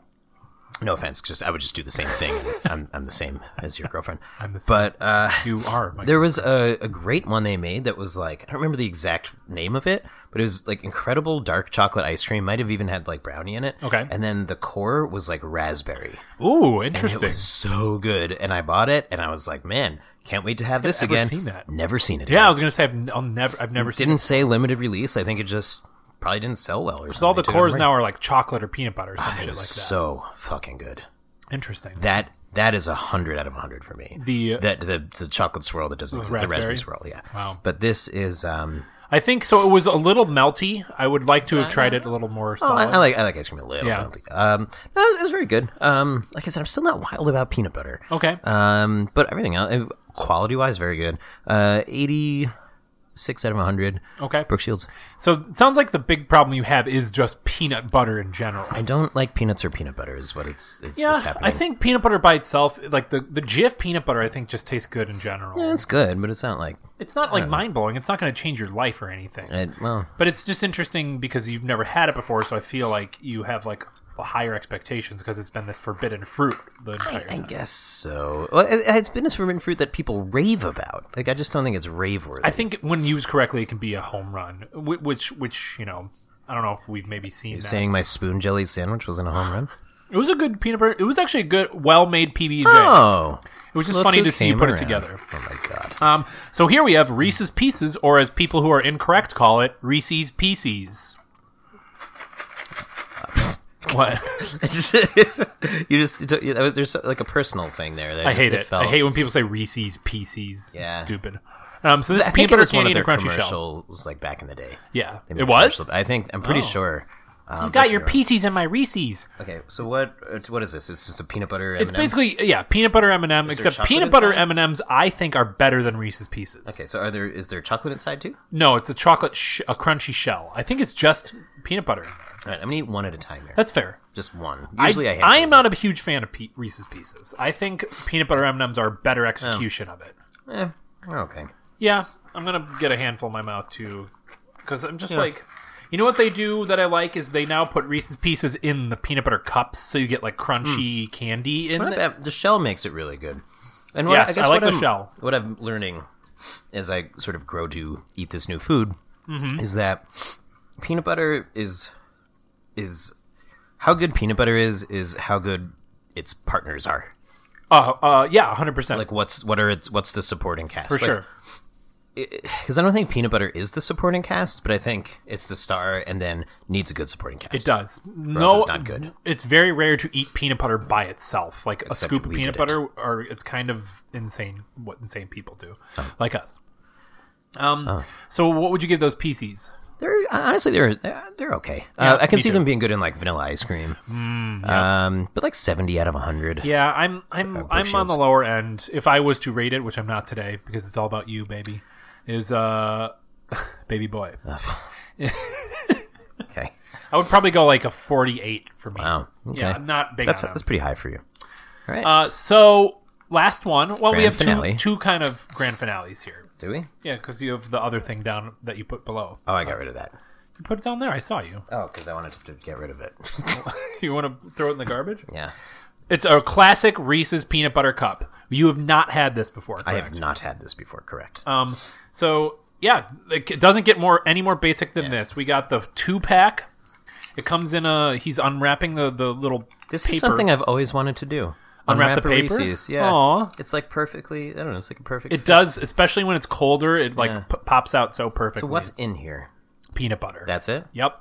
B: no offense, just I would just do the same thing. and I'm I'm the same as your
A: <laughs>
B: girlfriend. I'm
A: the same.
B: But uh,
A: you are my
B: There was a, a great one they made that was like I don't remember the exact name of it, but it was like incredible dark chocolate ice cream. Might have even had like brownie in it.
A: Okay.
B: And then the core was like raspberry.
A: ooh
B: And it
A: interesting.
B: was so good. And I bought it and I was like, man, can't wait to have this
A: I've never
B: again.
A: seen that.
B: Never seen it.
A: yeah, I
B: again.
A: was gonna say I've, n- I'll never, I've never seen
B: didn't say limited release. I think it just probably didn't sell well or something.
A: So all the
B: They took it
A: cores
B: away.
A: now are like chocolate or peanut butter or some shit
B: It
A: like that.
B: was so fucking good.
A: Interesting.
B: That that is a hundred out of a hundred for me.
A: The- uh,
B: that the, the chocolate swirl that doesn't exist, the
A: raspberry?
B: raspberry swirl, yeah.
A: Wow.
B: But this is um
A: I think so. It was a little melty. I would like to have tried it a little more.
B: Oh, I,
A: solid.
B: I like I like ice cream a little.
A: Yeah.
B: I don't think- Um, no, it was, it was very good. Um, like I said, I'm still not wild about peanut butter.
A: Okay.
B: Um, but everything else, quality wise, very good. Uh, eighty. six Uh, out of 100.
A: Okay.
B: Brooke Shields.
A: So it sounds like the big problem you have is just peanut butter in general.
B: I don't like peanuts or peanut butter, is what it's, it's is
A: Yeah,
B: happening.
A: I think peanut butter by itself, like the the Jif peanut butter, I think just tastes good in general.
B: Yeah, it's good, but it's not like.
A: It's not like mind blowing. It's not going to change your life or anything.
B: It, well,
A: But it's just interesting because you've never had it before, so I feel like you have like higher expectations because it's been this forbidden fruit the entire
B: I
A: time.
B: guess so. Well, it, it's been this forbidden fruit that people rave about. Like, I just don't think it's rave worthy.
A: I think when used correctly, it can be a home run. whi- Which, which you know, I don't know if we've maybe seen that.
B: Saying my spoon jelly sandwich wasn't a home run.
A: it was a good peanut butter. It was actually a good, well made PB.
B: Oh,
A: it was just
B: look
A: funny
B: who
A: to see you
B: came
A: put
B: around.
A: it together.
B: Oh my god. <laughs>
A: Um, so here we have Reese's Pieces, or as people who are incorrect call it, Reese's Pieces.
B: <laughs>
A: what?
B: you just it took- you- there's like a personal thing there. That
A: I
B: just-
A: hate it.
B: felt-
A: I hate when people say Reese's Pieces. It's
B: Yeah.
A: stupid. Um, so this
B: I
A: is
B: think
A: peanut
B: it
A: butter
B: was one
A: candy
B: of
A: and a
B: their
A: crunchy shell.
B: commercials, like back in the day.
A: Yeah,
B: They made
A: it was.
B: commercials. I think I'm pretty
A: Oh.
B: sure. Um,
A: You got
B: but
A: your
B: you're-
A: Pieces and my Reese's.
B: Okay, so what? uh, What is this? It's just a peanut butter.
A: It's
B: M&M?
A: basically yeah, peanut butter M and m
B: there
A: Except
B: chocolate
A: peanut butter M
B: inside?
A: and M's, I think, are better than Reese's Pieces.
B: Okay, so are there is there chocolate inside too?
A: No, it's a chocolate, sh- a crunchy shell. I think it's just peanut butter.
B: All right, I'm gonna eat one at a time here.
A: That's fair.
B: just one. Usually I, hate.
A: am not a huge fan of pe- Reese's Pieces. I think peanut butter M and M's are a better
B: Oh.
A: execution of it.
B: Eh, okay.
A: Yeah, I'm gonna get a handful in my mouth too, because I'm just like, you know what they do that I like is they now put Reese's Pieces in the peanut butter cups, so you get like
B: Hmm.
A: crunchy candy in
B: Not
A: it.
B: bad. uh, The shell makes it really good. And what,
A: Yes, I like
B: what
A: the
B: I'm-
A: shell.
B: What I'm learning as I sort of grow to eat this new food
A: Mm-hmm.
B: is that peanut butter is is how good peanut butter is is how good its partners are.
A: Uh, uh, yeah, 100. percent
B: Like what's what are its what's the supporting cast?
A: for sure.
B: Because I don't think peanut butter is the supporting cast, but I think it's the star and then needs a good supporting cast.
A: It does.
B: else
A: No,
B: it's not good.
A: It's very rare to eat peanut butter by itself. Like a
B: Except
A: scoop of
B: we
A: peanut
B: did it.
A: butter, or it's kind of insane what insane people do,
B: Oh.
A: like us. Um. So, what would you give those PCs?
B: They're uh, honestly they're they're okay. uh, I can see them being good in like vanilla ice cream. Um, but like seventy out of hundred.
A: Mm, Yeah, I'm
B: Uh,
A: I'm I'm on
B: Bushies.
A: the lower end. If I was to rate it, which I'm not today because it's all about you, baby, is uh, <laughs> baby boy. <laughs>
B: Okay.
A: I would probably go like a 48 for me.
B: Wow. Okay.
A: Yeah, I'm not big
B: that's
A: on 'em.
B: that's pretty high for you. All right.
A: Uh, so last one. Well, we
B: Grand
A: have
B: finale.
A: two two kind of grand finales here.
B: Do we?
A: Yeah, because you have the other thing down that you put below.
B: Oh, I got rid of that.
A: You put it down there. I saw you. <laughs>
B: Oh, because I wanted to get rid of it.
A: you want to throw it in the garbage?
B: <laughs> yeah.
A: It's a classic Reese's peanut butter cup. You have not had this before. Correct?
B: I have not had this before. Correct.
A: Um, so yeah, like, it doesn't get more any more basic than this. We got the two pack. It comes in a. He's unwrapping the the little.
B: this
A: paper.
B: is something I've always wanted to do.
A: Unwrap the
B: a
A: paper?
B: Reese's, Yeah.
A: Aw.
B: It's like perfectly. I don't know. It's like a perfect.
A: It does, especially when it's colder. It like
B: Yeah.
A: p- pops out so perfectly.
B: So what's in here?
A: peanut butter?
B: That's it.
A: yep.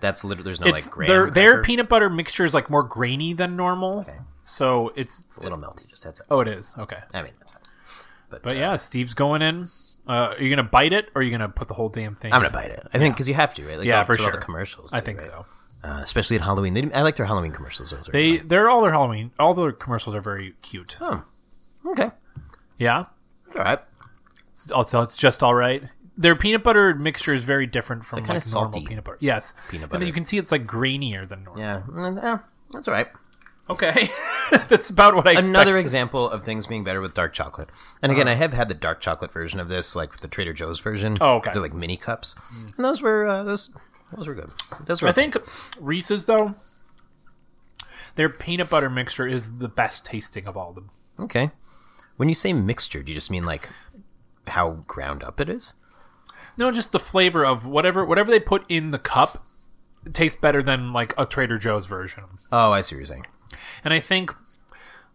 B: That's literally. There's no
A: It's
B: like graham.
A: their their
B: cracker?
A: peanut butter mixture is like more grainy than normal. So it's
B: A little melty. Just that's it.
A: oh, it is okay.
B: I mean, that's fine.
A: But
B: uh,
A: yeah, Steve's going in. Uh, are you gonna bite it, or are you gonna put the whole damn thing?
B: I'm
A: in?
B: gonna bite it. I think because you have to, right? Like,
A: Yeah,
B: all-
A: for
B: it's all
A: sure.
B: the commercials.
A: I
B: too,
A: think
B: right?
A: so.
B: Uh, especially at Halloween. They, I like their Halloween commercials. Those are
A: They
B: fun.
A: they're all their Halloween. All their commercials are very cute.
B: okay.
A: Yeah.
B: All right.
A: Also, it's just all right. Their peanut butter mixture is very different from
B: kinda
A: like normal
B: salty
A: peanut butter. Yes,
B: peanut
A: And
B: butter.
A: you can see it's like grainier than normal.
B: Yeah, mm, eh, that's all right.
A: Okay, <laughs> that's about what I expected.
B: Another example of things being better with dark chocolate. And
A: Uh-huh.
B: again, I have had the dark chocolate version of this, like the Trader Joe's version.
A: Oh, okay. Mm.
B: They're like mini cups, and those were uh, those those were good. Those were.
A: I think Reese's though, their peanut butter mixture is the best tasting of all of them.
B: okay. When you say mixture, do you just mean like how ground up it is?
A: No, just the flavor of whatever whatever they put in the cup tastes better than like a Trader Joe's version.
B: Oh, I see what you're saying.
A: And I think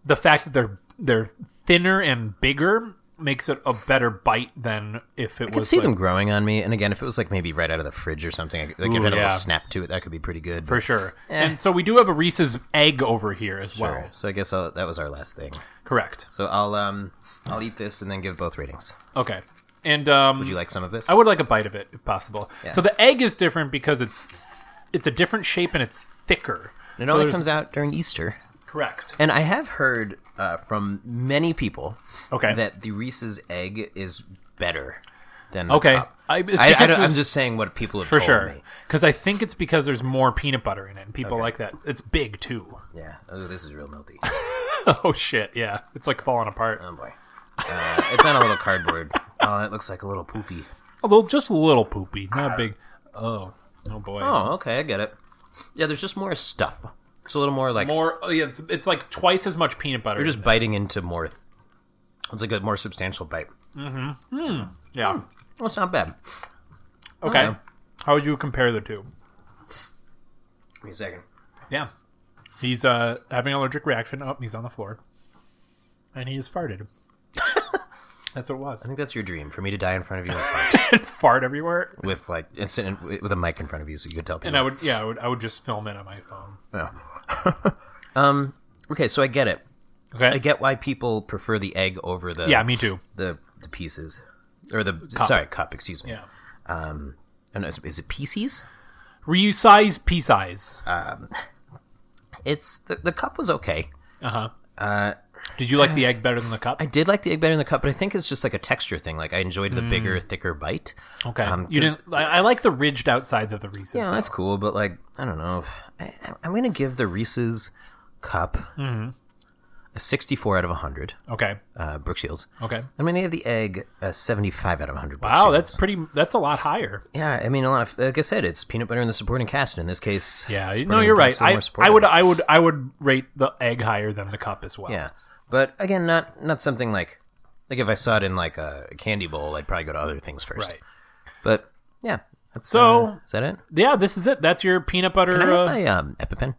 A: the fact that they're they're thinner and bigger makes it a better bite than if it
B: I could
A: was
B: see
A: like-
B: them growing on me, and again, if it was like maybe right out of the fridge or something, I could- like
A: Ooh,
B: it had a
A: yeah.
B: little snap to it, that could be pretty good.
A: for sure. And so we do have a Reese's egg over here as well.
B: So I guess I'll, that was our last thing.
A: Correct.
B: So I'll um I'll eat this and then give both ratings.
A: Okay. And um
B: Would you like some of this?
A: I would like a bite of it if possible.
B: Yeah.
A: So the egg is different because it's it's a different shape and it's thicker.
B: It
A: so
B: only
A: there's-
B: comes out during Easter.
A: correct.
B: And I have heard uh, from many people
A: Okay.
B: that the Reese's egg is better than the
A: Okay,
B: top.
A: I, it's
B: I, I
A: because
B: don't, I'm
A: there's-
B: just saying what people have
A: for
B: told
A: sure
B: me.
A: because I think it's because there's more peanut butter in it, and people like that. It's big too. <laughs>
B: Yeah. Oh, this is real melty.
A: Oh shit! Yeah, it's like falling apart.
B: Oh boy. Uh, it's on a little cardboard. Oh, that looks like a little poopy.
A: Although just a little poopy, not big. Oh, oh boy.
B: Oh, okay, I get it. Yeah, there's just more stuff. It's a little more like
A: More. oh, yeah, it's, it's like twice as much peanut butter.
B: you're just biting into more. Th- it's like a more substantial bite.
A: yeah.
B: Well, it's not bad.
A: mm, Okay. How would you compare the two?
B: Give me a second.
A: Yeah. He's uh having an allergic reaction. Oh, he's on the floor. And he just <laughs> farted. That's what it was. <laughs>
B: I think that's your dream for me to die in front of you and fart
A: Fart everywhere.
B: with like and sit in, with a mic in front of you so you could tell people.
A: And I would yeah, I would I would just film it on my phone.
B: Yeah. <laughs> um. Okay, so I get it.
A: Okay.
B: I get why people prefer the egg over the
A: yeah, me too.
B: the the pieces or the sorry cup. Excuse me.
A: Yeah.
B: Um. And is, is it pieces?
A: Ryu size pea size.
B: It's the the cup was okay.
A: Did you like the egg better than the cup?
B: Uh, I did like the egg better in the cup, but I think it's just like a texture thing. Like I enjoyed the bigger, thicker bite.
A: Okay.
B: um,
A: you
B: 'cause-
A: didn't I, I like the ridged outsides of the Reese's.
B: Yeah, that's cool, but like I don't know. I, I- I'm gonna give the Reese's cup a 64 out of 100.
A: though. Okay.
B: Uh, Brooke Shields.
A: Okay.
B: I'm gonna give the egg a 75 out of 100. Brooke
A: Wow,
B: Shields.
A: that's pretty that's a lot higher.
B: yeah. I mean, a lot of like I said, it's peanut butter and the supporting cast. And in this case,
A: Yeah,
B: supporting
A: no, you're
B: cast is
A: right. I,
B: a little more
A: I
B: supportive.
A: would I would I would rate the egg higher than the cup as well.
B: Yeah, but again, not not something like like if I saw it in like a candy bowl, I'd probably go to other things first.
A: Right.
B: But yeah, that's,
A: So-
B: uh, is that it?
A: Yeah, this is it. That's your peanut butter
B: Can I
A: uh,
B: have my um, EpiPen?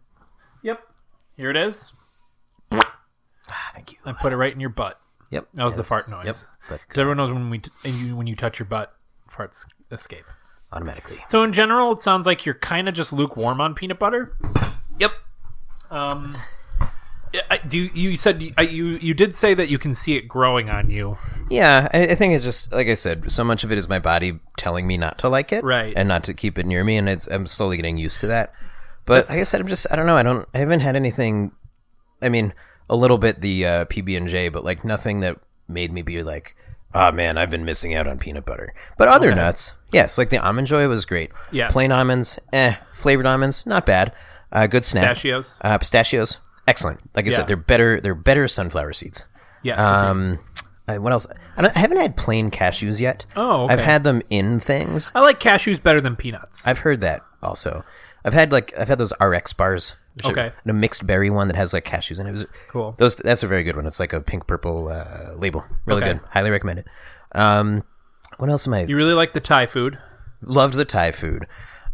A: Yep. Here it is.
B: Ah, thank you.
A: I put it right in your butt.
B: Yep,
A: That was the fart
B: Yes.
A: noise.
B: Yep, but
A: Because everyone knows when we t- and you, when you touch your butt, farts escape.
B: automatically.
A: So in general, it sounds like you're kind of just lukewarm on peanut butter.
B: Yep.
A: Um, I- I, do you, you said you, I- you you did say that you can see it growing on you?
B: Yeah, I, I think it's just like I said. So much of it is my body telling me not to like it,
A: Right.
B: and not to keep it near me, and it's I'm slowly getting used to that. But like I said, I'm just I don't know. I don't. I haven't had anything. I mean, a little bit the uh, PB and J, but like nothing that made me be like, ah man, I've been missing out on peanut butter. But other nuts, yes, like the almond joy was great.
A: Yes.
B: plain almonds, eh, flavored almonds, not bad. Uh, good snack.
A: Pistachios.
B: Uh, pistachios, excellent. Like I
A: Yeah.
B: said, they're better. They're better sunflower seeds.
A: Yes.
B: Um, uh, what else? I, don't, I haven't had plain cashews yet.
A: Oh, okay.
B: I've had them in things.
A: I like cashews better than peanuts.
B: I've heard that also. I've had like I've had those RX bars. which are-
A: Okay.
B: and a mixed berry one that has like cashews in it. It was
A: Cool.
B: Those that's a very good one. It's like a pink purple uh, label. Really
A: Okay.
B: good. Highly recommend it. Um, what else am I?
A: you really like the Thai food.
B: Loved the Thai food.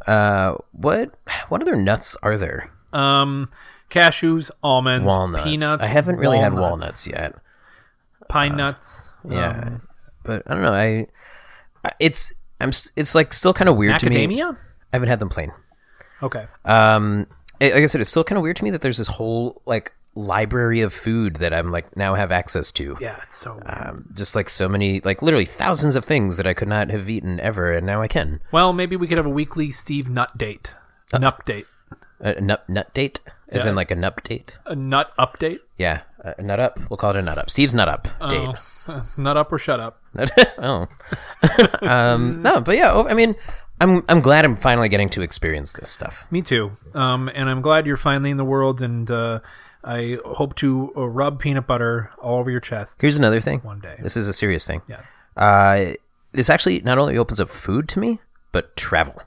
B: Uh, what what other nuts are there?
A: Um, cashews, almonds,
B: Walnuts.
A: peanuts.
B: I haven't really had
A: walnuts,
B: walnuts yet.
A: Pine nuts. Um,
B: Yeah, Um, but I don't know. I I- it's I'm s- it's like still kind of weird to me.
A: Macadamia.
B: I haven't had them plain.
A: Okay.
B: Um, it- like I said, it's still kind of weird to me that there's this whole like library of food that I'm like now have access to.
A: Yeah, it's so.
B: Um, just like so many, like literally thousands of things that I could not have eaten ever, and now I can.
A: Well, maybe we could have a weekly Steve Nut date.
B: Uh,
A: An update.
B: A a nut nut date, as
A: Yeah.
B: in like a nut date.
A: A nut update?
B: Yeah, a nut up. We'll call it a nut up. Steve's nut up date. <laughs>
A: Oh, <laughs> nut up or shut up.
B: oh, <laughs> um, no, but yeah. oh, I mean, I'm I'm glad I'm finally getting to experience this stuff.
A: Me too. Um, and I'm glad you're finally in the world, and uh, I hope to uh, rub peanut butter all over your chest
B: Here's another thing.
A: one day.
B: This is a serious thing.
A: Yes.
B: Uh, this actually not only opens up food to me, but travel.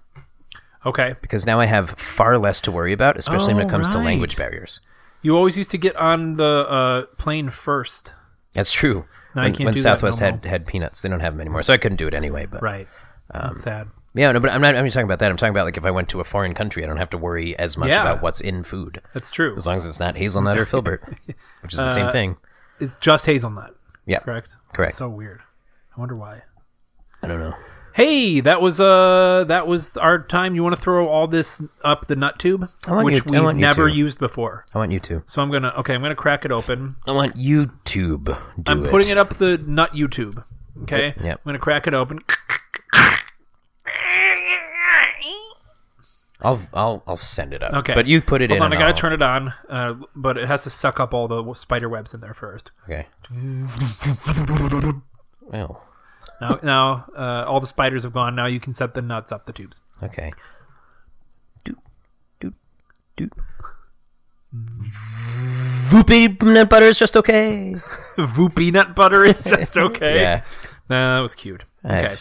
A: Okay.
B: because now I have far less to worry about, especially when
A: Oh,
B: it comes
A: right.
B: to language barriers.
A: You always used to get on the uh, plane first.
B: That's true.
A: Now you
B: when
A: can't
B: when
A: do that
B: Southwest
A: no
B: had, had peanuts, they don't have them anymore, so I couldn't do it anyway. But
A: Right. That's
B: Um,
A: sad.
B: yeah, no, but I'm not. I'm not talking about that. I'm talking about like if I went to a foreign country, I don't have to worry as much
A: Yeah.
B: about what's in food,
A: That's true.
B: as long as it's not
A: <laughs>
B: hazelnut or filbert, which is the same thing.
A: It's just hazelnut,
B: Yeah,
A: Uh, correct?
B: Correct.
A: so weird. I wonder why.
B: I don't know.
A: Hey, that was uh that was our time. You want to throw all this up the nut tube,
B: I want
A: which
B: you- I
A: we've
B: want you
A: never
B: to.
A: used before.
B: I want you to.
A: So I'm gonna okay, I'm gonna crack it open.
B: I want YouTube. Do
A: I'm putting it up the nut YouTube. Okay,
B: Yep.
A: I'm gonna crack it open.
B: I'll I'll I'll send it up.
A: Okay.
B: but you put it
A: Hold
B: in.
A: on, I
B: and
A: gotta
B: I'll-
A: turn it on, uh, but it has to suck up all the w- spider webs in there first.
B: Okay. Wow.
A: Now, <laughs> now uh, all the spiders have gone. Now you can set the nuts up the tubes.
B: Okay. Doot, doot, doot. Voopy nut butter is just okay.
A: Voopy nut butter is
B: <laughs>
A: just okay.
B: Yeah.
A: Nah, that was cute.
B: Nice.
A: Okay.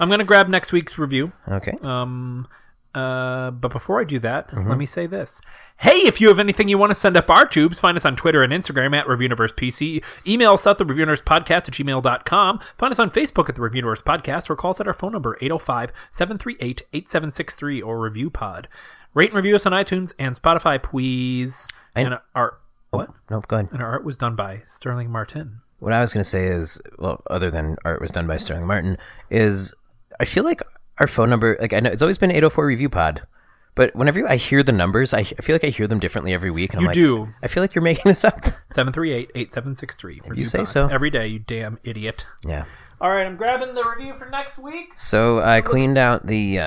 A: I'm going to grab next week's review.
B: Okay.
A: Um, uh, but before I do that, let me say this. Hey, if you have anything you want to send up our tubes, find us on Twitter and Instagram at ReviewUniversePC. Email us at the Podcast at gmail.com. Find us on Facebook at the Review Universe Podcast or call us at our phone number 805 738 8763 or Review Pod. Rate and review us on iTunes and Spotify, please. and our what?
B: Nope, Oh, go ahead.
A: And our art was done by Sterling Martin.
B: What I was going to say is, well, other than art was done by Sterling Martin, is I feel like our phone number, like I know it's always been 804 Review Pod, but whenever I hear the numbers, I, I feel like I hear them differently every week. And
A: You
B: I'm like,
A: do.
B: I feel like you're making this up. <laughs>
A: 738 8763. If
B: say so.
A: Every day, you damn idiot.
B: Yeah.
A: All right, I'm grabbing the review for next week.
B: So I cleaned out the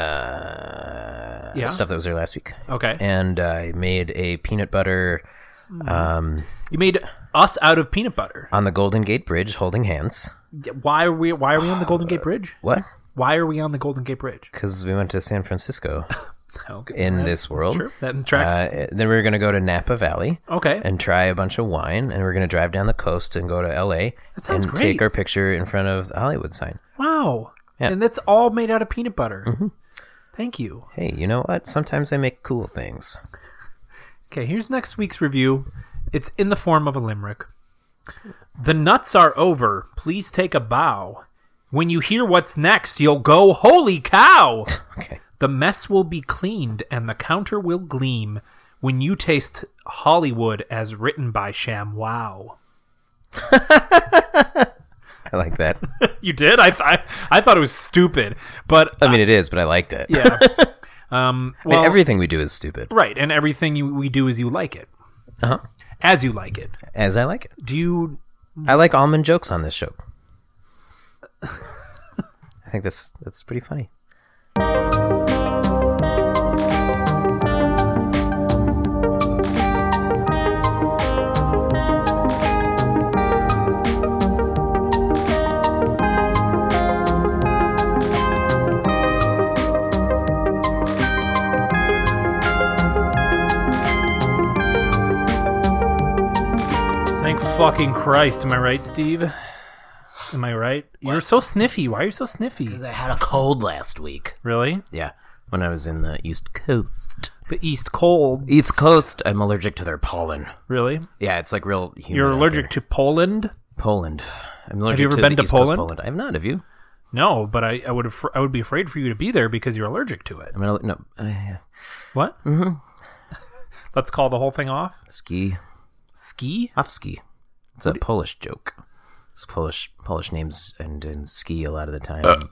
B: uh,
A: Yeah.
B: stuff that was there last week.
A: Okay.
B: And I made a peanut butter
A: Hmm.
B: um,
A: You made us out of peanut butter.
B: on the Golden Gate Bridge holding hands.
A: Why are we why are we on the Golden Gate Bridge?
B: What?
A: Why are we on the Golden Gate Bridge?
B: Because we went to
A: <laughs>
B: San Francisco
A: Okay.
B: in this world.
A: Sure. Oh. That tracks.
B: Uh, then we were going to go to Napa Valley.
A: okay.
B: and try a bunch of wine, and we're going to drive down the coast and go to L.A.
A: sounds
B: and
A: great.
B: take our picture in front of the Hollywood sign.
A: wow.
B: Yeah.
A: And that's all made out of peanut butter. Thank you.
B: Hey, you know what? Sometimes I make cool things. <laughs>
A: Okay, here's next week's review. It's in the form of a limerick. The nuts are over. Please take a bow. When you hear what's next, you'll go, holy <laughs> cow!
B: Okay,
A: The mess will be cleaned and the counter will gleam when you taste Hollywood as written by Sham Wow.
B: I like that.
A: You did? I, th- I I thought it was stupid, but uh,
B: I mean, it is, but I liked it. <laughs>
A: yeah. um,
B: I mean,
A: well,
B: everything we do is stupid,
A: right, and everything you, we do is you like it,
B: uh-huh.
A: as you like it.
B: as I like it.
A: Do you?
B: I like almond jokes on this show. I think that's that's pretty funny.
A: Thank fucking Christ! Am I right, Steve? Am I right? You're so sniffy. Why are you so sniffy?
B: I had a cold last week.
A: Really?
B: Yeah, when I was in the East Coast.
A: The East cold.
B: East Coast. I'm allergic to their pollen.
A: Really?
B: Yeah, it's like real. Humid
A: You're
B: out
A: allergic
B: there.
A: to Poland?
B: Poland. I'm allergic
A: ever
B: to
A: been
B: the
A: to
B: East Coast
A: Poland?
B: I have not. Have you?
A: No, but I, I would af- I would be afraid for you to be there because you're allergic to it.
B: I'm gonna no uh, yeah.
A: What? Mm-hmm. <laughs> Let's call the whole thing off.
B: ski
A: Ski?
B: off ski. It's a Polish joke. It's Polish Polish names and, and ski a lot of the time